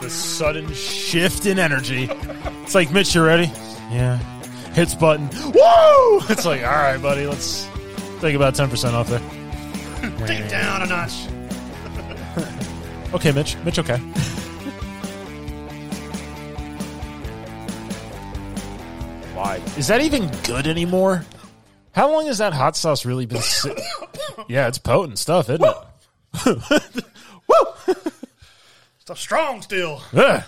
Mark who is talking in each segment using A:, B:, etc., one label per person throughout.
A: The sudden shift in energy. It's like, Mitch, you ready? Yeah. Hits button. Woo! It's like, all right, buddy, let's take about 10% off there.
B: Take it down a notch.
A: Okay, Mitch. Mitch, okay. Why? Is that even good anymore? How long has that hot sauce really been si- Yeah, it's potent stuff, isn't it?
B: Stuff strong still.
A: Ugh.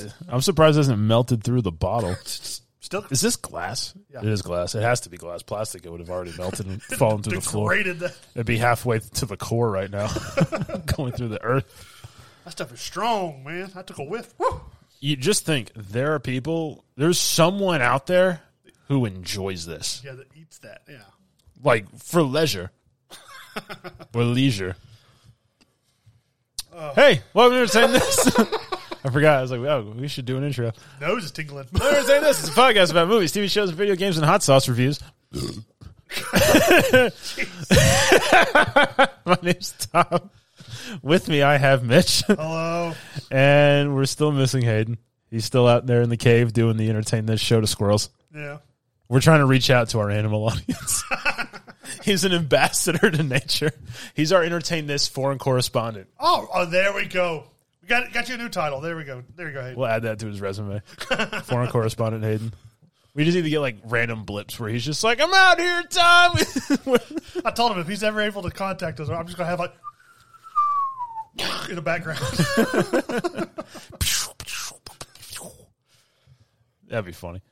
A: It's- uh, I'm surprised it hasn't melted through the bottle.
B: Still
A: Is this glass? It is glass. It has to be glass. Plastic, it would have already melted and fallen through the floor.
B: degraded. That.
A: It'd be halfway to the core right now, going through the earth.
B: that stuff is strong, man. I took a whiff. Woo!
A: you just think there are people, there's someone out there who enjoys this,
B: Yeah, that eats that. Yeah.
A: like for leisure, for leisure. Hey, welcome to entertain this. I forgot. I was like, oh, we should do an intro.
B: Nose is tingling.
A: Welcome to entertain this is a podcast about movies, TV shows, video games, and hot sauce reviews. My name's Tom. With me, I have Mitch.
B: Hello.
A: And we're still missing Hayden. He's still out there in the cave doing the entertain this show to squirrels.
B: Yeah.
A: We're trying to reach out to our animal audience. He's an ambassador to nature. He's our entertain this foreign correspondent.
B: Oh, oh, there we go. We got got you a new title. There we go. There you go. Hayden.
A: We'll add that to his resume. foreign correspondent Hayden. We just need to get like random blips where he's just like, "I'm out here, Tom."
B: I told him if he's ever able to contact us, I'm just gonna have like in the background.
A: That'd be funny.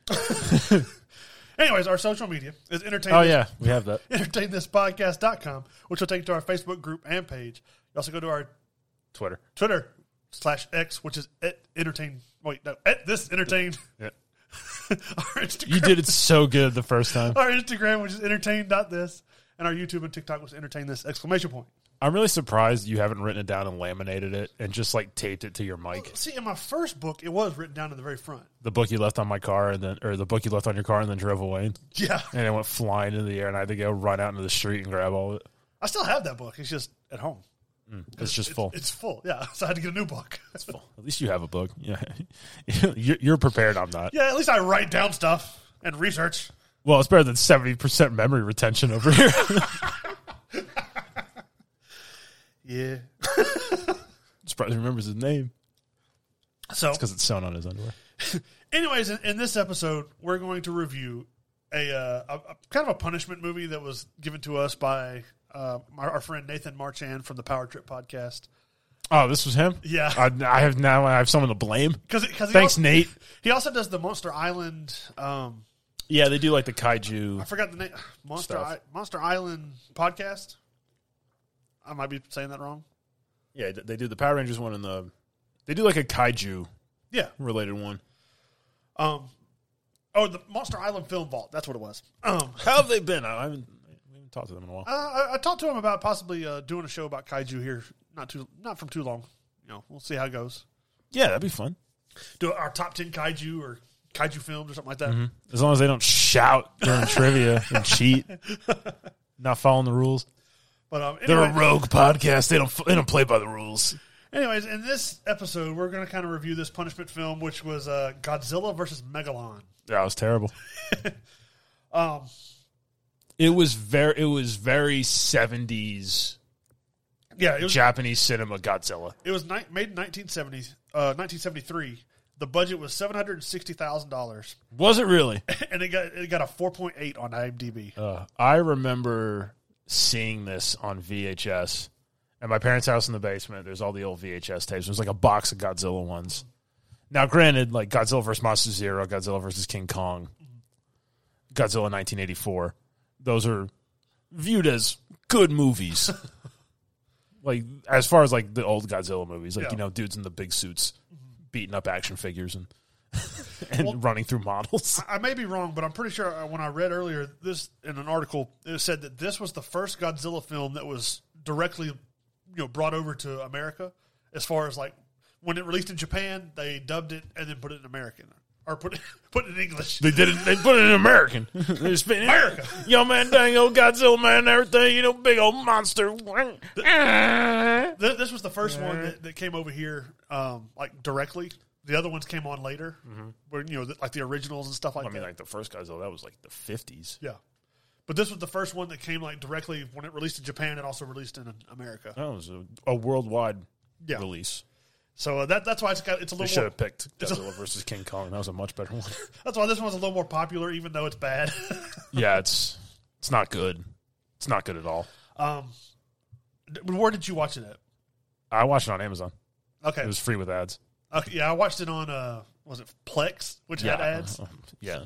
B: Anyways, our social media is entertainment.
A: Oh yeah, we have that.
B: entertainthispodcast.com, which will take you to our Facebook group and page. You also go to our
A: Twitter.
B: Twitter slash X, which is at entertain. Wait, no, at this entertain.
A: Yeah.
B: our Instagram,
A: You did it so good the first time.
B: our Instagram, which is entertain dot this, and our YouTube and TikTok, which is entertain this exclamation point.
A: I'm really surprised you haven't written it down and laminated it and just like taped it to your mic.
B: See, in my first book, it was written down in the very front.
A: The book you left on my car and then or the book you left on your car and then drove away.
B: Yeah,
A: And it went flying into the air and I had to go run out into the street and grab all of it.
B: I still have that book. It's just at home.
A: It's just full.
B: It's full. Yeah, so I had to get a new book.
A: It's full. At least you have a book. Yeah. you're, you're prepared, I'm not.
B: yeah, at least I write down stuff and research.
A: Well, it's better than 70% memory retention over here.
B: Yeah.
A: surprised he remembers his name
B: So
A: because it's sewn on his underwear.
B: Anyways, in, in this episode, we're going to review a, uh, a, a- kind of a punishment movie that was given to us by uh, our, our friend Nathan Marchand from the Power Trip podcast.
A: Oh, this was him?
B: Yeah.
A: I, I have now I have someone to blame.
B: Because because
A: Thanks,
B: he also,
A: Nate.
B: He also does the Monster Island. Um,
A: Yeah, they do like the kaiju.
B: I forgot the name. Monster
A: Stuff.
B: I, Monster Island podcast. I might be saying that wrong.
A: Yeah, they do the Power Rangers one and the. They do like a kaiju
B: Yeah.
A: related one.
B: Um. Oh, the Monster Island Film Vault. That's what it was. Um.
A: How have they been? I haven't, we haven't talked to them in a while.
B: Uh, I, I talked to him about possibly uh, doing a show about kaiju here, not too, not from too long. You know, we'll see how it goes.
A: Yeah, that'd be fun.
B: Do our top ten kaiju or kaiju films or something like that.
A: As long as they don't shout during trivia and cheat, not following the rules.
B: But um,
A: They're
B: anyway,
A: a rogue podcast. They don't they don't play by the rules.
B: anyways, in this episode, we're going to kind of review this punishment film, which was uh, Godzilla versus Megalon.
A: That was terrible.
B: Um,
A: It was very it was very seventies
B: yeah, it was
A: Japanese cinema Godzilla.
B: it was ni- made in 1970, uh, 1973. The budget was seven hundred sixty thousand dollars,
A: Was it really?
B: and it got it got a four point eight on IMDb.
A: Uh, I remember seeing this on VHS at my parents' house in the basement. There's all the old VHS tapes. There's like a box of Godzilla ones. Now, granted, like Godzilla vs. Monster Zero, Godzilla vs. King Kong, Godzilla 1984, those are viewed as good movies. like as far as like the old Godzilla movies, like
B: Yeah.
A: you know, dudes in the big suits beating up action figures and and running through models.
B: I may be wrong, but I'm pretty sure uh, when I read earlier this in an article, it said that this was the first Godzilla film that was directly, you know, brought over to America. As far as like when it released in Japan, they dubbed it and then put it in American or put it, put it in English.
A: They did it. They put it in American. They're spitting
B: America.
A: Yo, oh, man, dang old Godzilla, man, and everything. You know, big old monster.
B: Th- This, this was the first one that, that came over here, um, like directly. The other ones came on later, where you know, the, like the originals and stuff like
A: Mm-hmm. I mean,
B: that.
A: like the first Godzilla, that was like the 50s.
B: yeah, but this was the first one that came like directly when it released in Japan. It also released in America.
A: That was a, a worldwide
B: Yeah.
A: release.
B: So uh, that that's why it's got it's a
A: They
B: little
A: should
B: more,
A: have picked Godzilla versus King Kong. That was a much better one.
B: that's why this one's a little more popular, even though it's bad.
A: yeah, it's it's not good. It's not good at all.
B: um, d- where did you watch it at?
A: I watched it on Amazon.
B: Okay,
A: It was free with ads.
B: okay, yeah, I watched it on uh, was it Plex, which had ads.
A: yeah.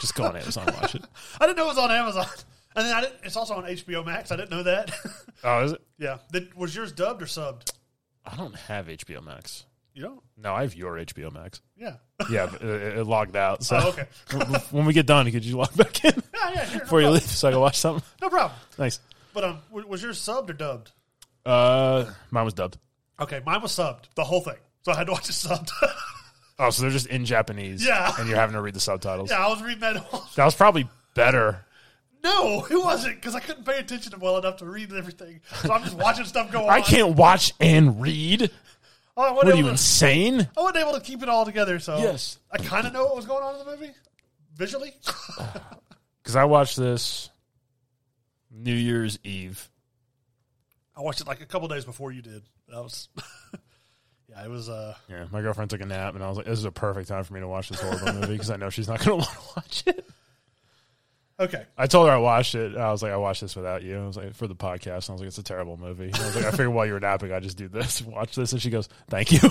A: Just go on Amazon and watch it.
B: I didn't know it was on Amazon, and then I didn't, it's also on HBO Max. I didn't know that.
A: Oh, is it?
B: yeah, Did- was yours dubbed or subbed?
A: I don't have HBO Max.
B: You don't.
A: No, I have your HBO Max.
B: Yeah.
A: Yeah, but it, it logged out. So
B: Oh, okay.
A: when we get done, could you log back in
B: Yeah, yeah, sure, no,
A: before you
B: problem.
A: leave so I can watch something?
B: no problem.
A: Nice.
B: But um, w- was yours subbed or dubbed?
A: Uh, mine was dubbed.
B: Okay, mine was subbed, the whole thing. So I had to watch it subbed.
A: Oh, so they're just in Japanese.
B: Yeah.
A: And you're having to read the subtitles.
B: yeah, I was reading that. Whole-
A: That was probably better.
B: no, it wasn't because I couldn't pay attention well enough to read everything. So I'm just watching stuff go on.
A: I can't watch and read.
B: Oh, I wasn't
A: What are
B: able
A: you
B: to-
A: insane?
B: I wasn't able to keep it all together, so
A: Yes.
B: I kind of know what was going on in the movie visually.
A: Because I watched this New Year's Eve.
B: I watched it like a couple days before you did. That was, yeah, it was. uh
A: Yeah, my girlfriend took a nap, and I was like, "This is a perfect time for me to watch this horrible movie because I know she's not going to want to watch it."
B: Okay,
A: I told her I watched it. and I was like, "I watched this without you." I was like, "For the podcast," and I was like, "It's a terrible movie." And I was like, "I figured while you were napping, I just do this, watch this," and she goes, "Thank you."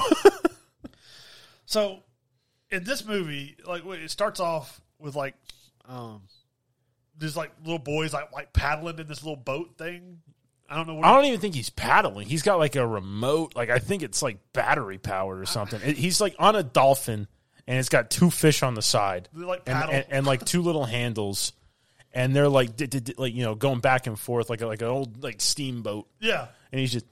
B: so in this movie, like it starts off with like um these like little boys like like paddling in this little boat thing. I don't know. What
A: I don't even think he's paddling. He's got like a remote, like I think it's like battery powered or something. It- he's like on a dolphin, and it's got two fish on the side,
B: They, like,
A: and,
B: paddle.
A: and, and, like two little handles, and they're like, d- d- d- like you know, going back and forth like a, like an old like steamboat.
B: yeah,
A: and he's just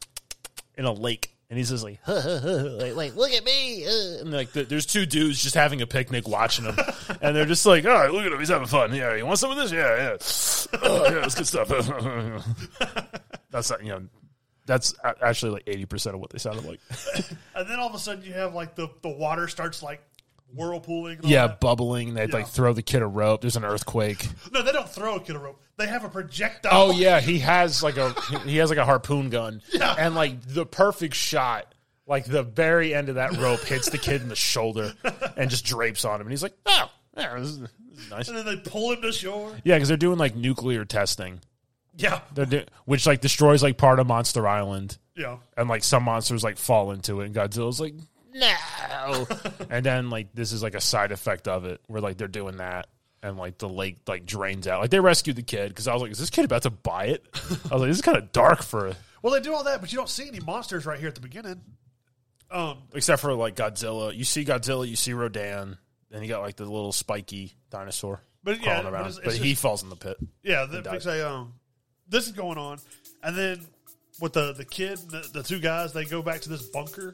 A: in a lake, and he's just like, like, like, look at me, uh," and like, th- there's two dudes just having a picnic, watching him, and they're just like, all right, look at him, he's having fun. Yeah, you want some of this? Yeah, yeah, oh, yeah, that's good stuff. that's not, you know, that's a- actually like eighty percent of what they sounded like.
B: and then all of a sudden you have like the the water starts like whirlpooling. And all
A: Yeah,
B: that.
A: bubbling. They would
B: Yeah.
A: like throw the kid a rope. There's an earthquake.
B: no, they don't throw a kid a rope. They have a projectile.
A: Oh yeah, he has like a he has like a harpoon gun,
B: Yeah.
A: and like the perfect shot, like the very end of that rope hits the kid in the shoulder and just drapes on him, and he's like, oh, yeah, this is, this is nice.
B: and then they pull him to shore.
A: Yeah, because they're doing like nuclear testing,
B: Yeah,
A: they're do- which like destroys like part of Monster Island,
B: yeah.
A: and like some monsters like fall into it, and Godzilla's like no, and then like this is like a side effect of it where like they're doing that. And like the lake like drains out. Like they rescued the kid because I was like, "Is this kid about to buy it?" I was like, "This is kind of dark for a-
B: Well, they do all that, but you don't see any monsters right here at the beginning. Um,
A: except for like Godzilla. You see Godzilla, you see Rodan, and you got like the little spiky dinosaur
B: But yeah,
A: crawling
B: but
A: around. But,
B: it's- it's
A: he falls in the pit.
B: yeah, the,
A: does.
B: because they, um, this is going on, and then with the the kid, and the, the two guys, they go back to this bunker.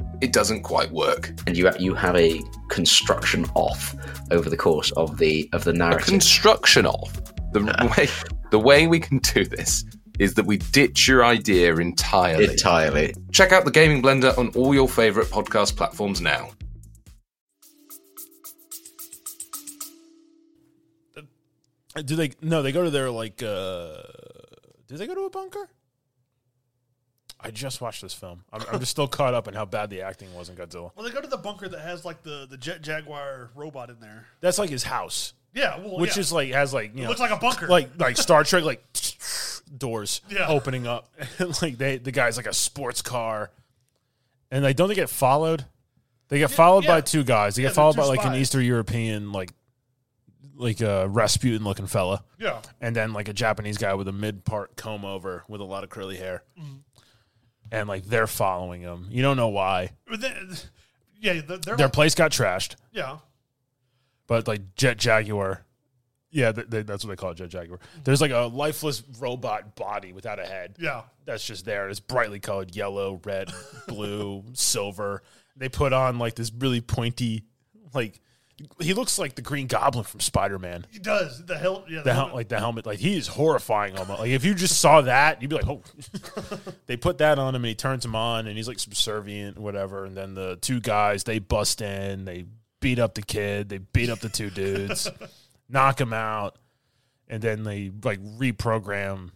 C: it doesn't quite work.
D: And you you have a construction off over the course of the of the
C: A
D: narrative.
C: construction of the way the way we can do this is that we ditch your idea entirely.
D: Entirely.
C: Check out the Gaming Blender on all your favourite podcast platforms now.
A: Do they? No, they go to their like. uh Do they go to a bunker? I just watched this film. I'm, I'm just still caught up in how bad the acting was in Godzilla.
B: Well, they go to the bunker that has like the the jet jaguar robot in there.
A: That's like his house,
B: Yeah, well,
A: which
B: Oh, yeah.
A: is like has like you know
B: looks like a bunker.
A: like like Star Trek, like doors
B: Yeah.
A: opening up, and like they the guy's like a sports car, and like don't they get followed? They get followed
B: yeah.
A: by two guys. They
B: Yeah,
A: get
B: they're
A: followed
B: two
A: by like an
B: spies.
A: Eastern European, like like a Rasputin looking fella,
B: yeah,
A: and then like a Japanese guy with a mid part comb over with a lot of curly hair. and like they're following him. You don't know why.
B: But then, yeah, they're, they're
A: Their place got trashed,
B: yeah.
A: but like Jet Jaguar. Yeah, th they, that's what they call it, Jet Jaguar. There's like a lifeless robot body without a head.
B: Yeah.
A: that's just there. It's brightly colored yellow, red, blue, silver. They put on like this really pointy, like he looks like the Green Goblin from Spider Man.
B: He does. The hell yeah,
A: The
B: hel-
A: hel- like the helmet, like he is horrifying almost. Like if you just saw that, you'd be like, oh. they put that on him and he turns him on and he's like subservient, whatever. And then the two guys they bust in, they beat up the kid, they beat up the two dudes, knock him out, and then they like reprogram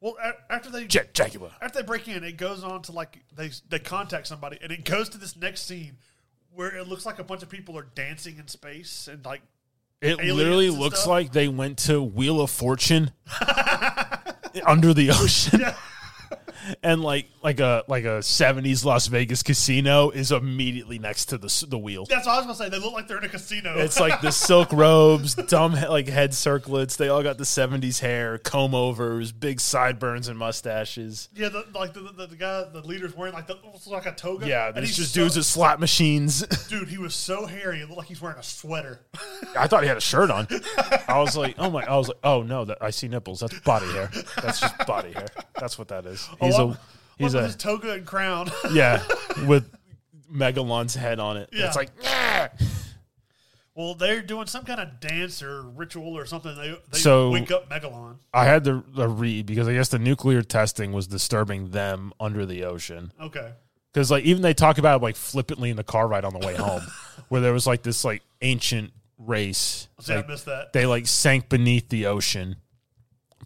B: well, a- after they
A: Jet Jaguar.
B: after they break in, it goes on to like they they contact somebody, and it goes to this next scene where it looks like a bunch of people are dancing in space and like
A: It
B: aliens
A: literally
B: and
A: looks
B: stuff.
A: like they went to Wheel of Fortune under the ocean. And like like a like a seventies Las Vegas casino is immediately next to the s- the wheel.
B: that's what I was gonna say. They look like they're in a casino.
A: It's like the silk robes, dumb he- like head circlets. They all got the seventies hair, comb overs, big sideburns and mustaches.
B: yeah, the, like the, the, the guy, the leader's wearing like the, looks like a toga.
A: Yeah,
B: and
A: there's
B: he's
A: just
B: so-
A: dudes at slot machines.
B: Dude, he was so hairy. It looked like he's wearing a sweater.
A: I thought he had a shirt on. I was like, oh my! I was like, oh no, that, I see nipples. That's body hair. That's just body hair. That's what that is. He's
B: Oh,
A: a he's
B: What with
A: a
B: his toga and crown.
A: yeah with Megalon's head on it.
B: Yeah.
A: It's like
B: well, they're doing some kind of dance or ritual or something. They, they
A: So-
B: wake up Megalon.
A: I had to to read because I guess the nuclear testing was disturbing them under the ocean.
B: Okay.
A: because like even they talk about it, like flippantly in the car ride on the way home where there was like this like ancient race
B: See,
A: like,
B: I missed that.
A: they like sank beneath the ocean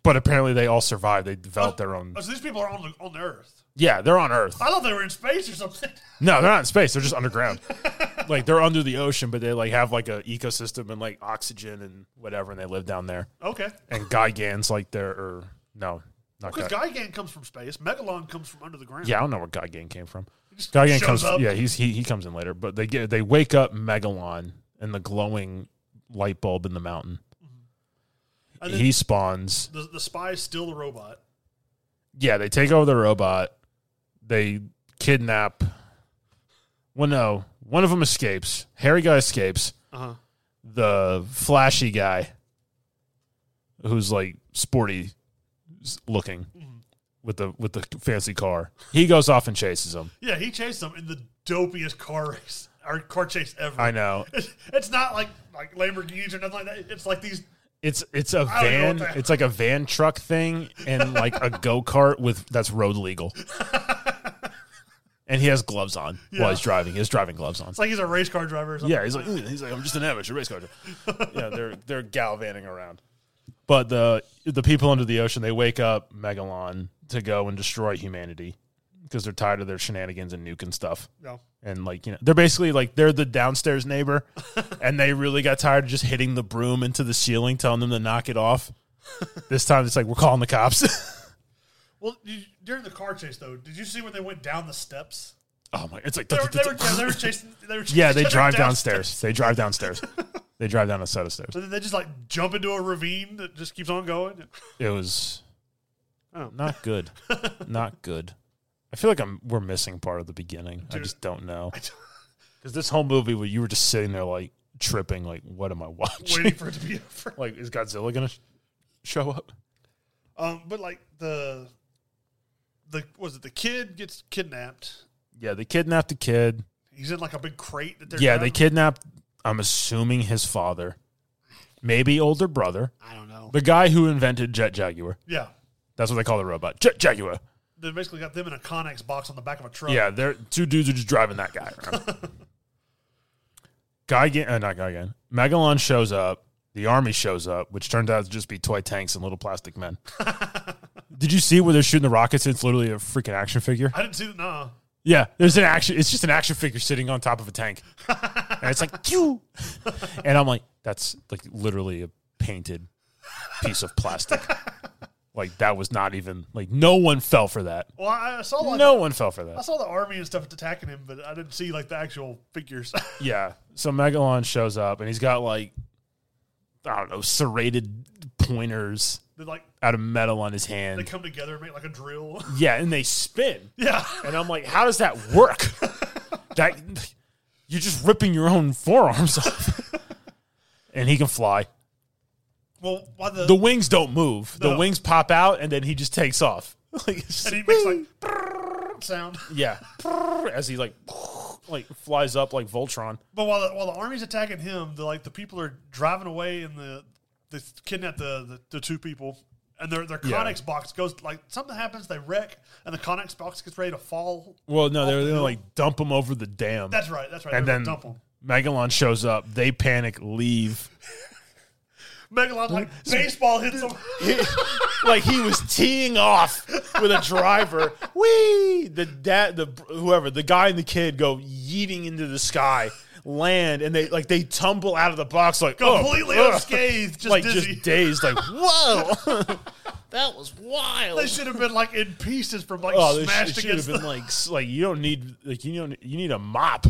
A: but apparently they all survived they developed their own
B: Oh, so these people are on the, on the Earth.
A: yeah they're on earth
B: I thought they were in space or something.
A: no they're not in space they're just underground like they're under the ocean but they like have like a ecosystem and like oxygen and whatever and they live down there
B: Okay.
A: and Gigant's like their or no not
B: Because
A: Guy-
B: Gigan comes from space, Megalon comes from under the ground.
A: Yeah, I don't know where Gigan came from. Gigan
B: shows
A: comes.
B: up.
A: Yeah, he's he, he comes in later. But they get they wake up Megalon and the glowing light bulb in the mountain.
B: And then
A: He spawns.
B: the, the spies steal the robot.
A: Yeah, they take over the robot. They kidnap. Well, no, one of them escapes. Harry guy escapes.
B: Uh-huh.
A: The flashy guy, who's like sporty looking,
B: Mm-hmm.
A: with the with the fancy car, he goes off and chases him.
B: Yeah, he chased them in the dopiest car race or car chase ever.
A: I know
B: It's, it's not like like Lamborghinis or nothing like that. It's like these.
A: It's it's a
B: I don't know
A: van.
B: what the-
A: It's like a van truck thing, and like a go kart with that's road legal. and he has gloves on while he's driving. He has driving gloves on.
B: It's like he's a race car driver or something.
A: Yeah, he's like "Mm," he's like I'm just an amateur race car. driver." yeah, they're they're gallivanting around. But the the people under the ocean they wake up Megalon to go and destroy humanity because they're tired of their shenanigans and nuke and stuff.
B: No.
A: And like you know, they're basically like they're the downstairs neighbor, and they really got tired of just hitting the broom into the ceiling, telling them to knock it off. this time it's like we're calling the cops.
B: Well, you, during the car chase though, did you see when they went down the steps?
A: oh my! It's like
B: They were, they were, yeah, they were chasing. They were chasing
A: yeah, they
B: each other
A: drive
B: down
A: downstairs. They drive downstairs. they drive down a set of stairs.
B: So then they just like jump into a ravine that just keeps on going.
A: It was
B: Oh.
A: not good. not good. I feel like I'm we're missing part of the beginning. I
B: Dude.
A: just don't know
B: don't-
A: because this whole movie, where you were just sitting there like tripping, like what am I watching?
B: waiting for it to be over.
A: Like is Godzilla gonna sh- show up?
B: Um, but like the the was it the kid gets kidnapped?
A: Yeah, they kidnapped the kid.
B: He's in like a big crate that they're
A: Yeah, they
B: driving-
A: kidnapped. I'm assuming his father, maybe older brother,
B: I don't know.
A: the guy who invented Jet Jaguar.
B: yeah,
A: That's what they call the robot, Jet Jaguar.
B: they basically got them in a Connex box on the back of a truck.
A: Yeah, they're two dudes are just driving that guy around. Guy, uh, not guy again. Megalon shows up. The army shows up, which turned out to just be toy tanks and little plastic men. Did you see where they're shooting the rockets? It's literally a freaking action figure.
B: I didn't see that. Nah,
A: Yeah, there's an action. It's just an action figure sitting on top of a tank, and it's like, "Pew!" and I'm like, that's like literally a painted piece of plastic. like that was not even like no one fell for that.
B: well, I I saw like
A: No one fell for
B: I
A: that.
B: saw the army and stuff attacking him, but I didn't see like the actual figures.
A: Yeah. So Megalon shows up and he's got like I don't know serrated pointers
B: They like
A: out of metal on his
B: they
A: hand.
B: come together and make like a drill.
A: Yeah, and they spin.
B: yeah,
A: And I'm like, how does that work? that you're just ripping your own forearms off. and he can fly.
B: well, why the,
A: The wings don't move. The
B: No.
A: wings pop out and then he just takes off. Like it's
B: and he
A: just-
B: makes like brrrr sound.
A: yeah, as he like like flies up like Voltron.
B: But while the, while the army's attacking him, the like the people are driving away and the they kidnap the, the, the two people and their their
A: Yeah.
B: Connex box goes like something happens, they wreck and the Connex box gets ready to fall.
A: Well, no, they're gonna like dump him over the dam.
B: That's right, that's right.
A: and
B: they're
A: then
B: gonna dump him.
A: Megalon shows up. They panic, leave.
B: Megalon like baseball hits him.
A: like he was teeing off with a driver. Whee! The dad, the whoever, the guy and the kid go yeeting into the sky, land, and they like they tumble out of the box like oh,
B: Completely
A: ugh.
B: unscathed, just
A: like
B: dizzy.
A: just dazed, like whoa, that was wild.
B: they should have been like in pieces from like
A: Oh, this
B: smashed
A: sh- it should have
B: against
A: been
B: the,
A: like s- like you don't need like you don't you need a mop.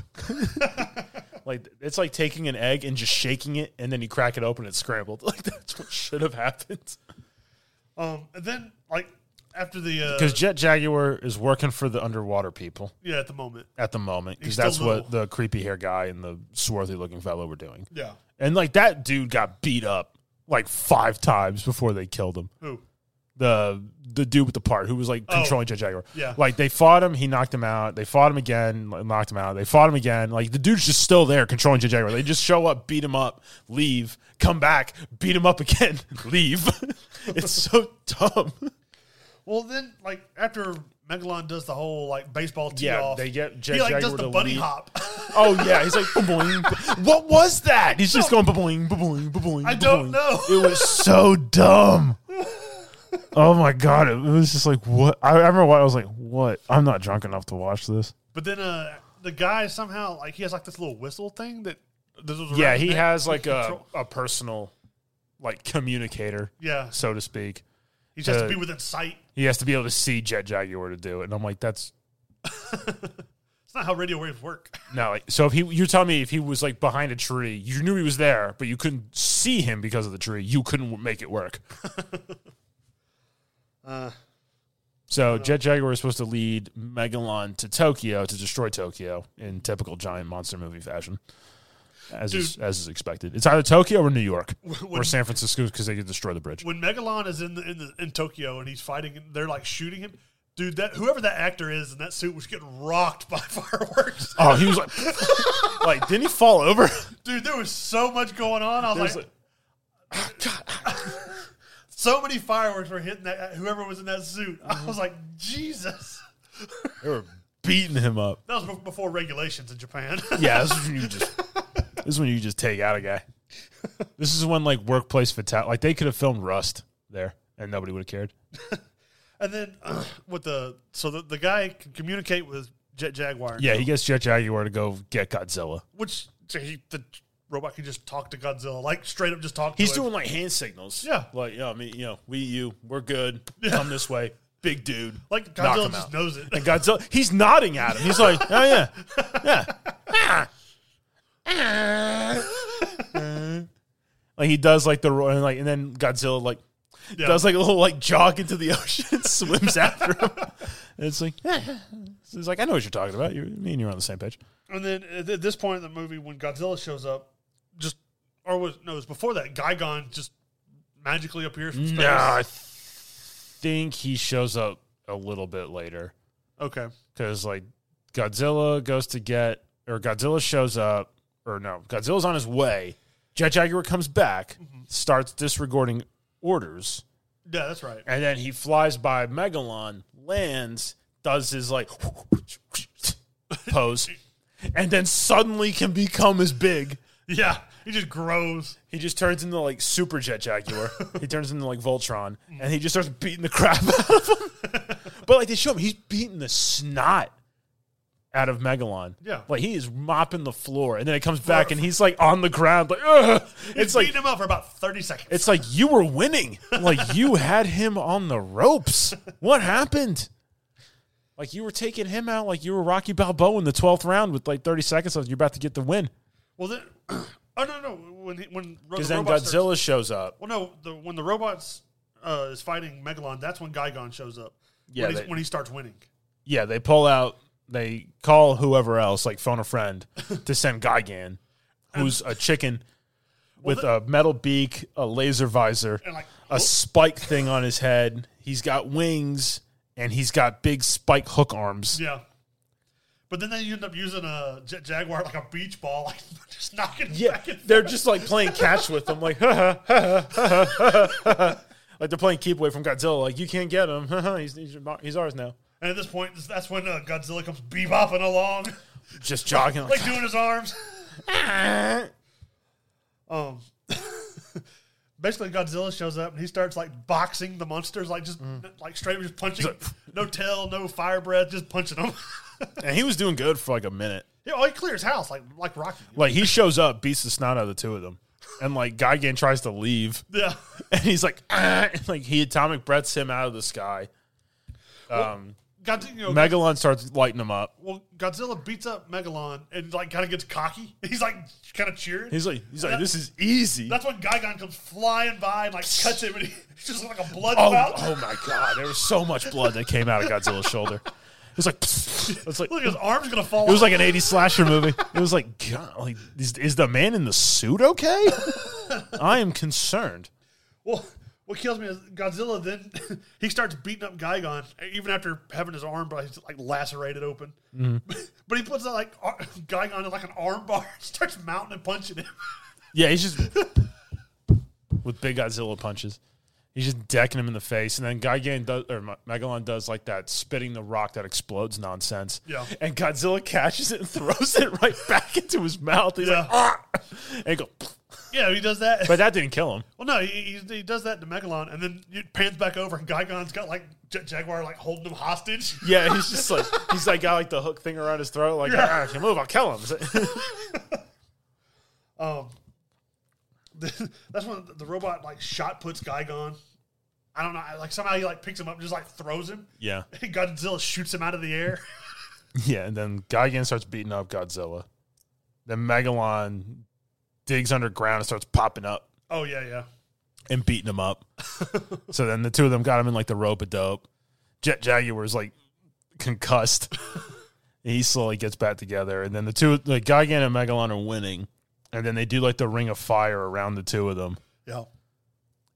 A: like it's like taking an egg and just shaking it, and then you crack it open, it's scrambled. Like that's what should have happened.
B: um and then like after the uh,
A: Because Jet Jaguar is working for the underwater people
B: yeah at the moment.
A: at the moment,
B: He's
A: because
B: still
A: that's what
B: little.
A: the creepy hair guy and the swarthy looking fellow were doing.
B: Yeah.
A: And like that dude got beat up like five times before they killed him.
B: Who?
A: the the dude with the part who was like controlling Jet Jaguar.
B: Oh. yeah.
A: Like they fought him, he knocked him out. They fought him again, like, knocked him out. They fought him again. Like the dude's just still there controlling Jet Jaguar. They just show up, beat him up, leave, come back, beat him up again, leave. it's so dumb.
B: Well, then, like after Megalon does the whole like baseball tee
A: Yeah,
B: off,
A: they get Jet
B: he like does
A: Jaguar
B: the
A: to
B: bunny
A: leap.
B: hop.
A: Oh yeah, he's like boing. What was that? He's just going boing, boing, boing.
B: I don't know.
A: It was so dumb. Oh my god, it was just like what I remember what I was like, what? I'm not drunk enough to watch this.
B: But then uh, the guy somehow like he has like this little whistle thing that this was
A: Yeah,
B: around
A: he
B: his neck.
A: has like a,
B: control-
A: a personal like communicator,
B: yeah.
A: so to speak.
B: He just has
A: uh,
B: to be within sight.
A: He has to be able to see Jet Jaguar to do it. And I'm like, that's
B: It's not how radio waves work.
A: no. Like, so if he, you're telling me if he was like behind a tree, you knew he was there, but you couldn't see him because of the tree. You couldn't w- make it work.
B: Uh,
A: So Jet Jaguar is supposed to lead Megalon to Tokyo to destroy Tokyo in typical giant monster movie fashion. As is,
B: Dude.
A: as is expected, it's either Tokyo or New York or
B: when,
A: San Francisco because they could destroy the bridge.
B: when Megalon is in the, in the in Tokyo and he's fighting, they're like shooting him. Dude, that whoever that actor is in that suit was getting rocked by fireworks.
A: Oh, he was like, like didn't he fall over?
B: Dude, there was so much going on. I was
A: There's
B: like, so many fireworks were hitting that uh, whoever was in that suit. I
A: Uh-huh.
B: was like, Jesus.
A: They were beating him up.
B: That was be- before regulations in Japan.
A: Yeah, this is when you just this is when you just take out a guy. This is when like workplace fatality. Like they could have filmed Rust there, and nobody would have cared.
B: and then uh, with the so the, the guy can communicate with Jet Jaguar.
A: Yeah, he gets Jet Jaguar to go get Godzilla.
B: which so he, the robot can just talk to Godzilla, like straight up just talk.
A: He's
B: to him.
A: doing like hand signals.
B: Yeah.
A: like yeah, I mean, you know, we you, we're good. Come this way, big dude.
B: like
A: knock
B: Godzilla
A: him
B: just
A: out.
B: knows it.
A: And Godzilla, he's nodding at him. He's like, oh yeah, yeah. Ah. Ah. like he does like the ro- and like, and then Godzilla like
B: Yeah.
A: does like a little like jog into the ocean and swims after him. And it's like, so he's like, I know what you're talking about. You, me and you're on the same page.
B: and then at at this point in the movie, when Godzilla shows up, just or was no, it was before that. Gigon just magically appears from space.
A: No, I think he shows up a little bit later.
B: Okay,
A: because like Godzilla goes to get or Godzilla shows up or no Godzilla's on his way. Jet Jaguar comes back, starts disregarding orders,
B: yeah, that's right.
A: and then he flies by Megalon, lands, does his like pose, and then suddenly can become as big.
B: Yeah, he just grows.
A: He just turns into like Super Jet Jaguar. he turns into like Voltron, and he just starts beating the crap out of him. but like they show him, he's beating the snot out of Megalon.
B: Yeah.
A: like he is mopping the floor, and then it comes back, and he's like on the ground, like Ugh! it's like
B: beating him up for about thirty seconds.
A: it's like you were winning, like you had him on the ropes. What happened? Like you were taking him out, like you were Rocky Balboa in the twelfth round with like thirty seconds left. You're about to get the win
B: well, then oh no, no, when he, when ro-
A: because
B: the
A: then
B: robot starts-
A: Godzilla shows up.
B: well, no, the, when the robots uh, is fighting Megalon, that's when Gigon shows up.
A: Yeah,
B: when, he's-
A: they-
B: when he starts winning.
A: Yeah, they pull out, they call whoever else, like phone a friend, to send Gigan, who's a chicken with a metal beak, a laser visor,
B: And like,
A: a spike thing on his head. He's got wings and he's got big spike hook arms.
B: yeah. But then they end up using a jet jaguar like a beach ball, like just knocking. it
A: Yeah,
B: back and
A: they're
B: forth.
A: just like playing catch with them, like, ha ha ha ha ha ha. Like they're playing keep away from Godzilla. Like you can't get him. he's, he's your- he's ours now.
B: And at this point, that's when uh, Godzilla comes bebopping along,
A: Just jogging.
B: like doing his arms.
A: like,
B: Um, basically, Godzilla shows up and he starts like boxing the monsters, like just
A: Mm.
B: like straight, just punching. no tail, no fire breath, just punching them.
A: and he was doing good for like a minute.
B: yeah, oh, he clears house like like Rocky.
A: Like he shows up, beats the snot out of the two of them, and like Gigan tries to leave,
B: Yeah,
A: and he's like, ah, and, like he atomic breaths him out of the sky. Um,
B: Godzilla. You know,
A: Megalon starts lighting him up.
B: well, Godzilla beats up Megalon and like kind of gets cocky. He's like kind of cheering.
A: He's like, he's like, this is easy.
B: That's when Gigon comes flying by and like cuts him, and he, it's just like a blood
A: Oh,
B: spout.
A: oh my god, there was so much blood that came out of Godzilla's shoulder. It was like, it was like,
B: Look,
A: it
B: his arm's gonna fall.
A: was
B: off.
A: like an 80s slasher movie. It was like, God, like is, is the man in the suit okay? I am concerned.
B: Well, what kills me is Godzilla. Then he starts beating up Gigon, even after having his arm like, like lacerated open.
A: Mm-hmm.
B: But he puts out, like ar- Gigon in like an arm bar, and starts mounting and punching him.
A: Yeah, he's just with big Godzilla punches. He's just decking him in the face, and then Gigan does or Me- Megalon does like that spitting the rock that explodes nonsense.
B: Yeah.
A: and Godzilla catches it and throws it right back into his mouth. He's like,
B: Yeah.
A: ah, and go.
B: yeah, he does that.
A: But that didn't kill him.
B: well, no, he, he, he does that to Megalon, and then it pans back over, and Gigon's got like Jet Jaguar like holding him hostage.
A: Yeah, he's just like he's like got like the hook thing around his throat. Like, ah, if you move, I'll kill him.
B: Um, that's when the robot like shot puts Gigon. I don't know, like somehow he like picks him up, and just like throws him.
A: yeah,
B: And Godzilla shoots him out of the air.
A: yeah, and then Gigan starts beating up Godzilla. Then Megalon digs underground and starts popping up.
B: Oh yeah, yeah.
A: and beating him up. so then the two of them got him in like the rope a dope. Jet Jaguar's like concussed. he slowly gets back together, and then the two, like Gigan and Megalon, are winning. And then they do like the ring of fire around the two of them.
B: Yeah.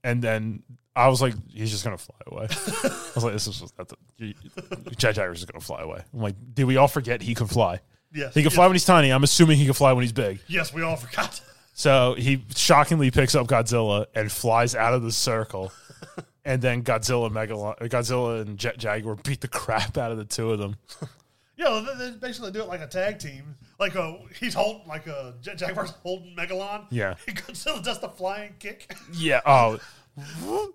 A: And then I was like, he's just gonna fly away. I was like, this is just, that's a- Jet Jaguar's just gonna fly away. I'm like, did we all forget he could fly?
B: Yes.
A: He can
B: yes,
A: fly when he's tiny. I'm assuming he can fly when he's big.
B: Yes, we all forgot.
A: So he shockingly picks up Godzilla and flies out of the circle. and then Godzilla, Megalon, Godzilla and Jet Jaguar beat the crap out of the two of them.
B: Yeah, well, they, they basically do it like a tag team. Like uh he's holding like a Jet Jaguar's holding Megalon.
A: Yeah.
B: And Godzilla does the flying kick.
A: Yeah. Oh.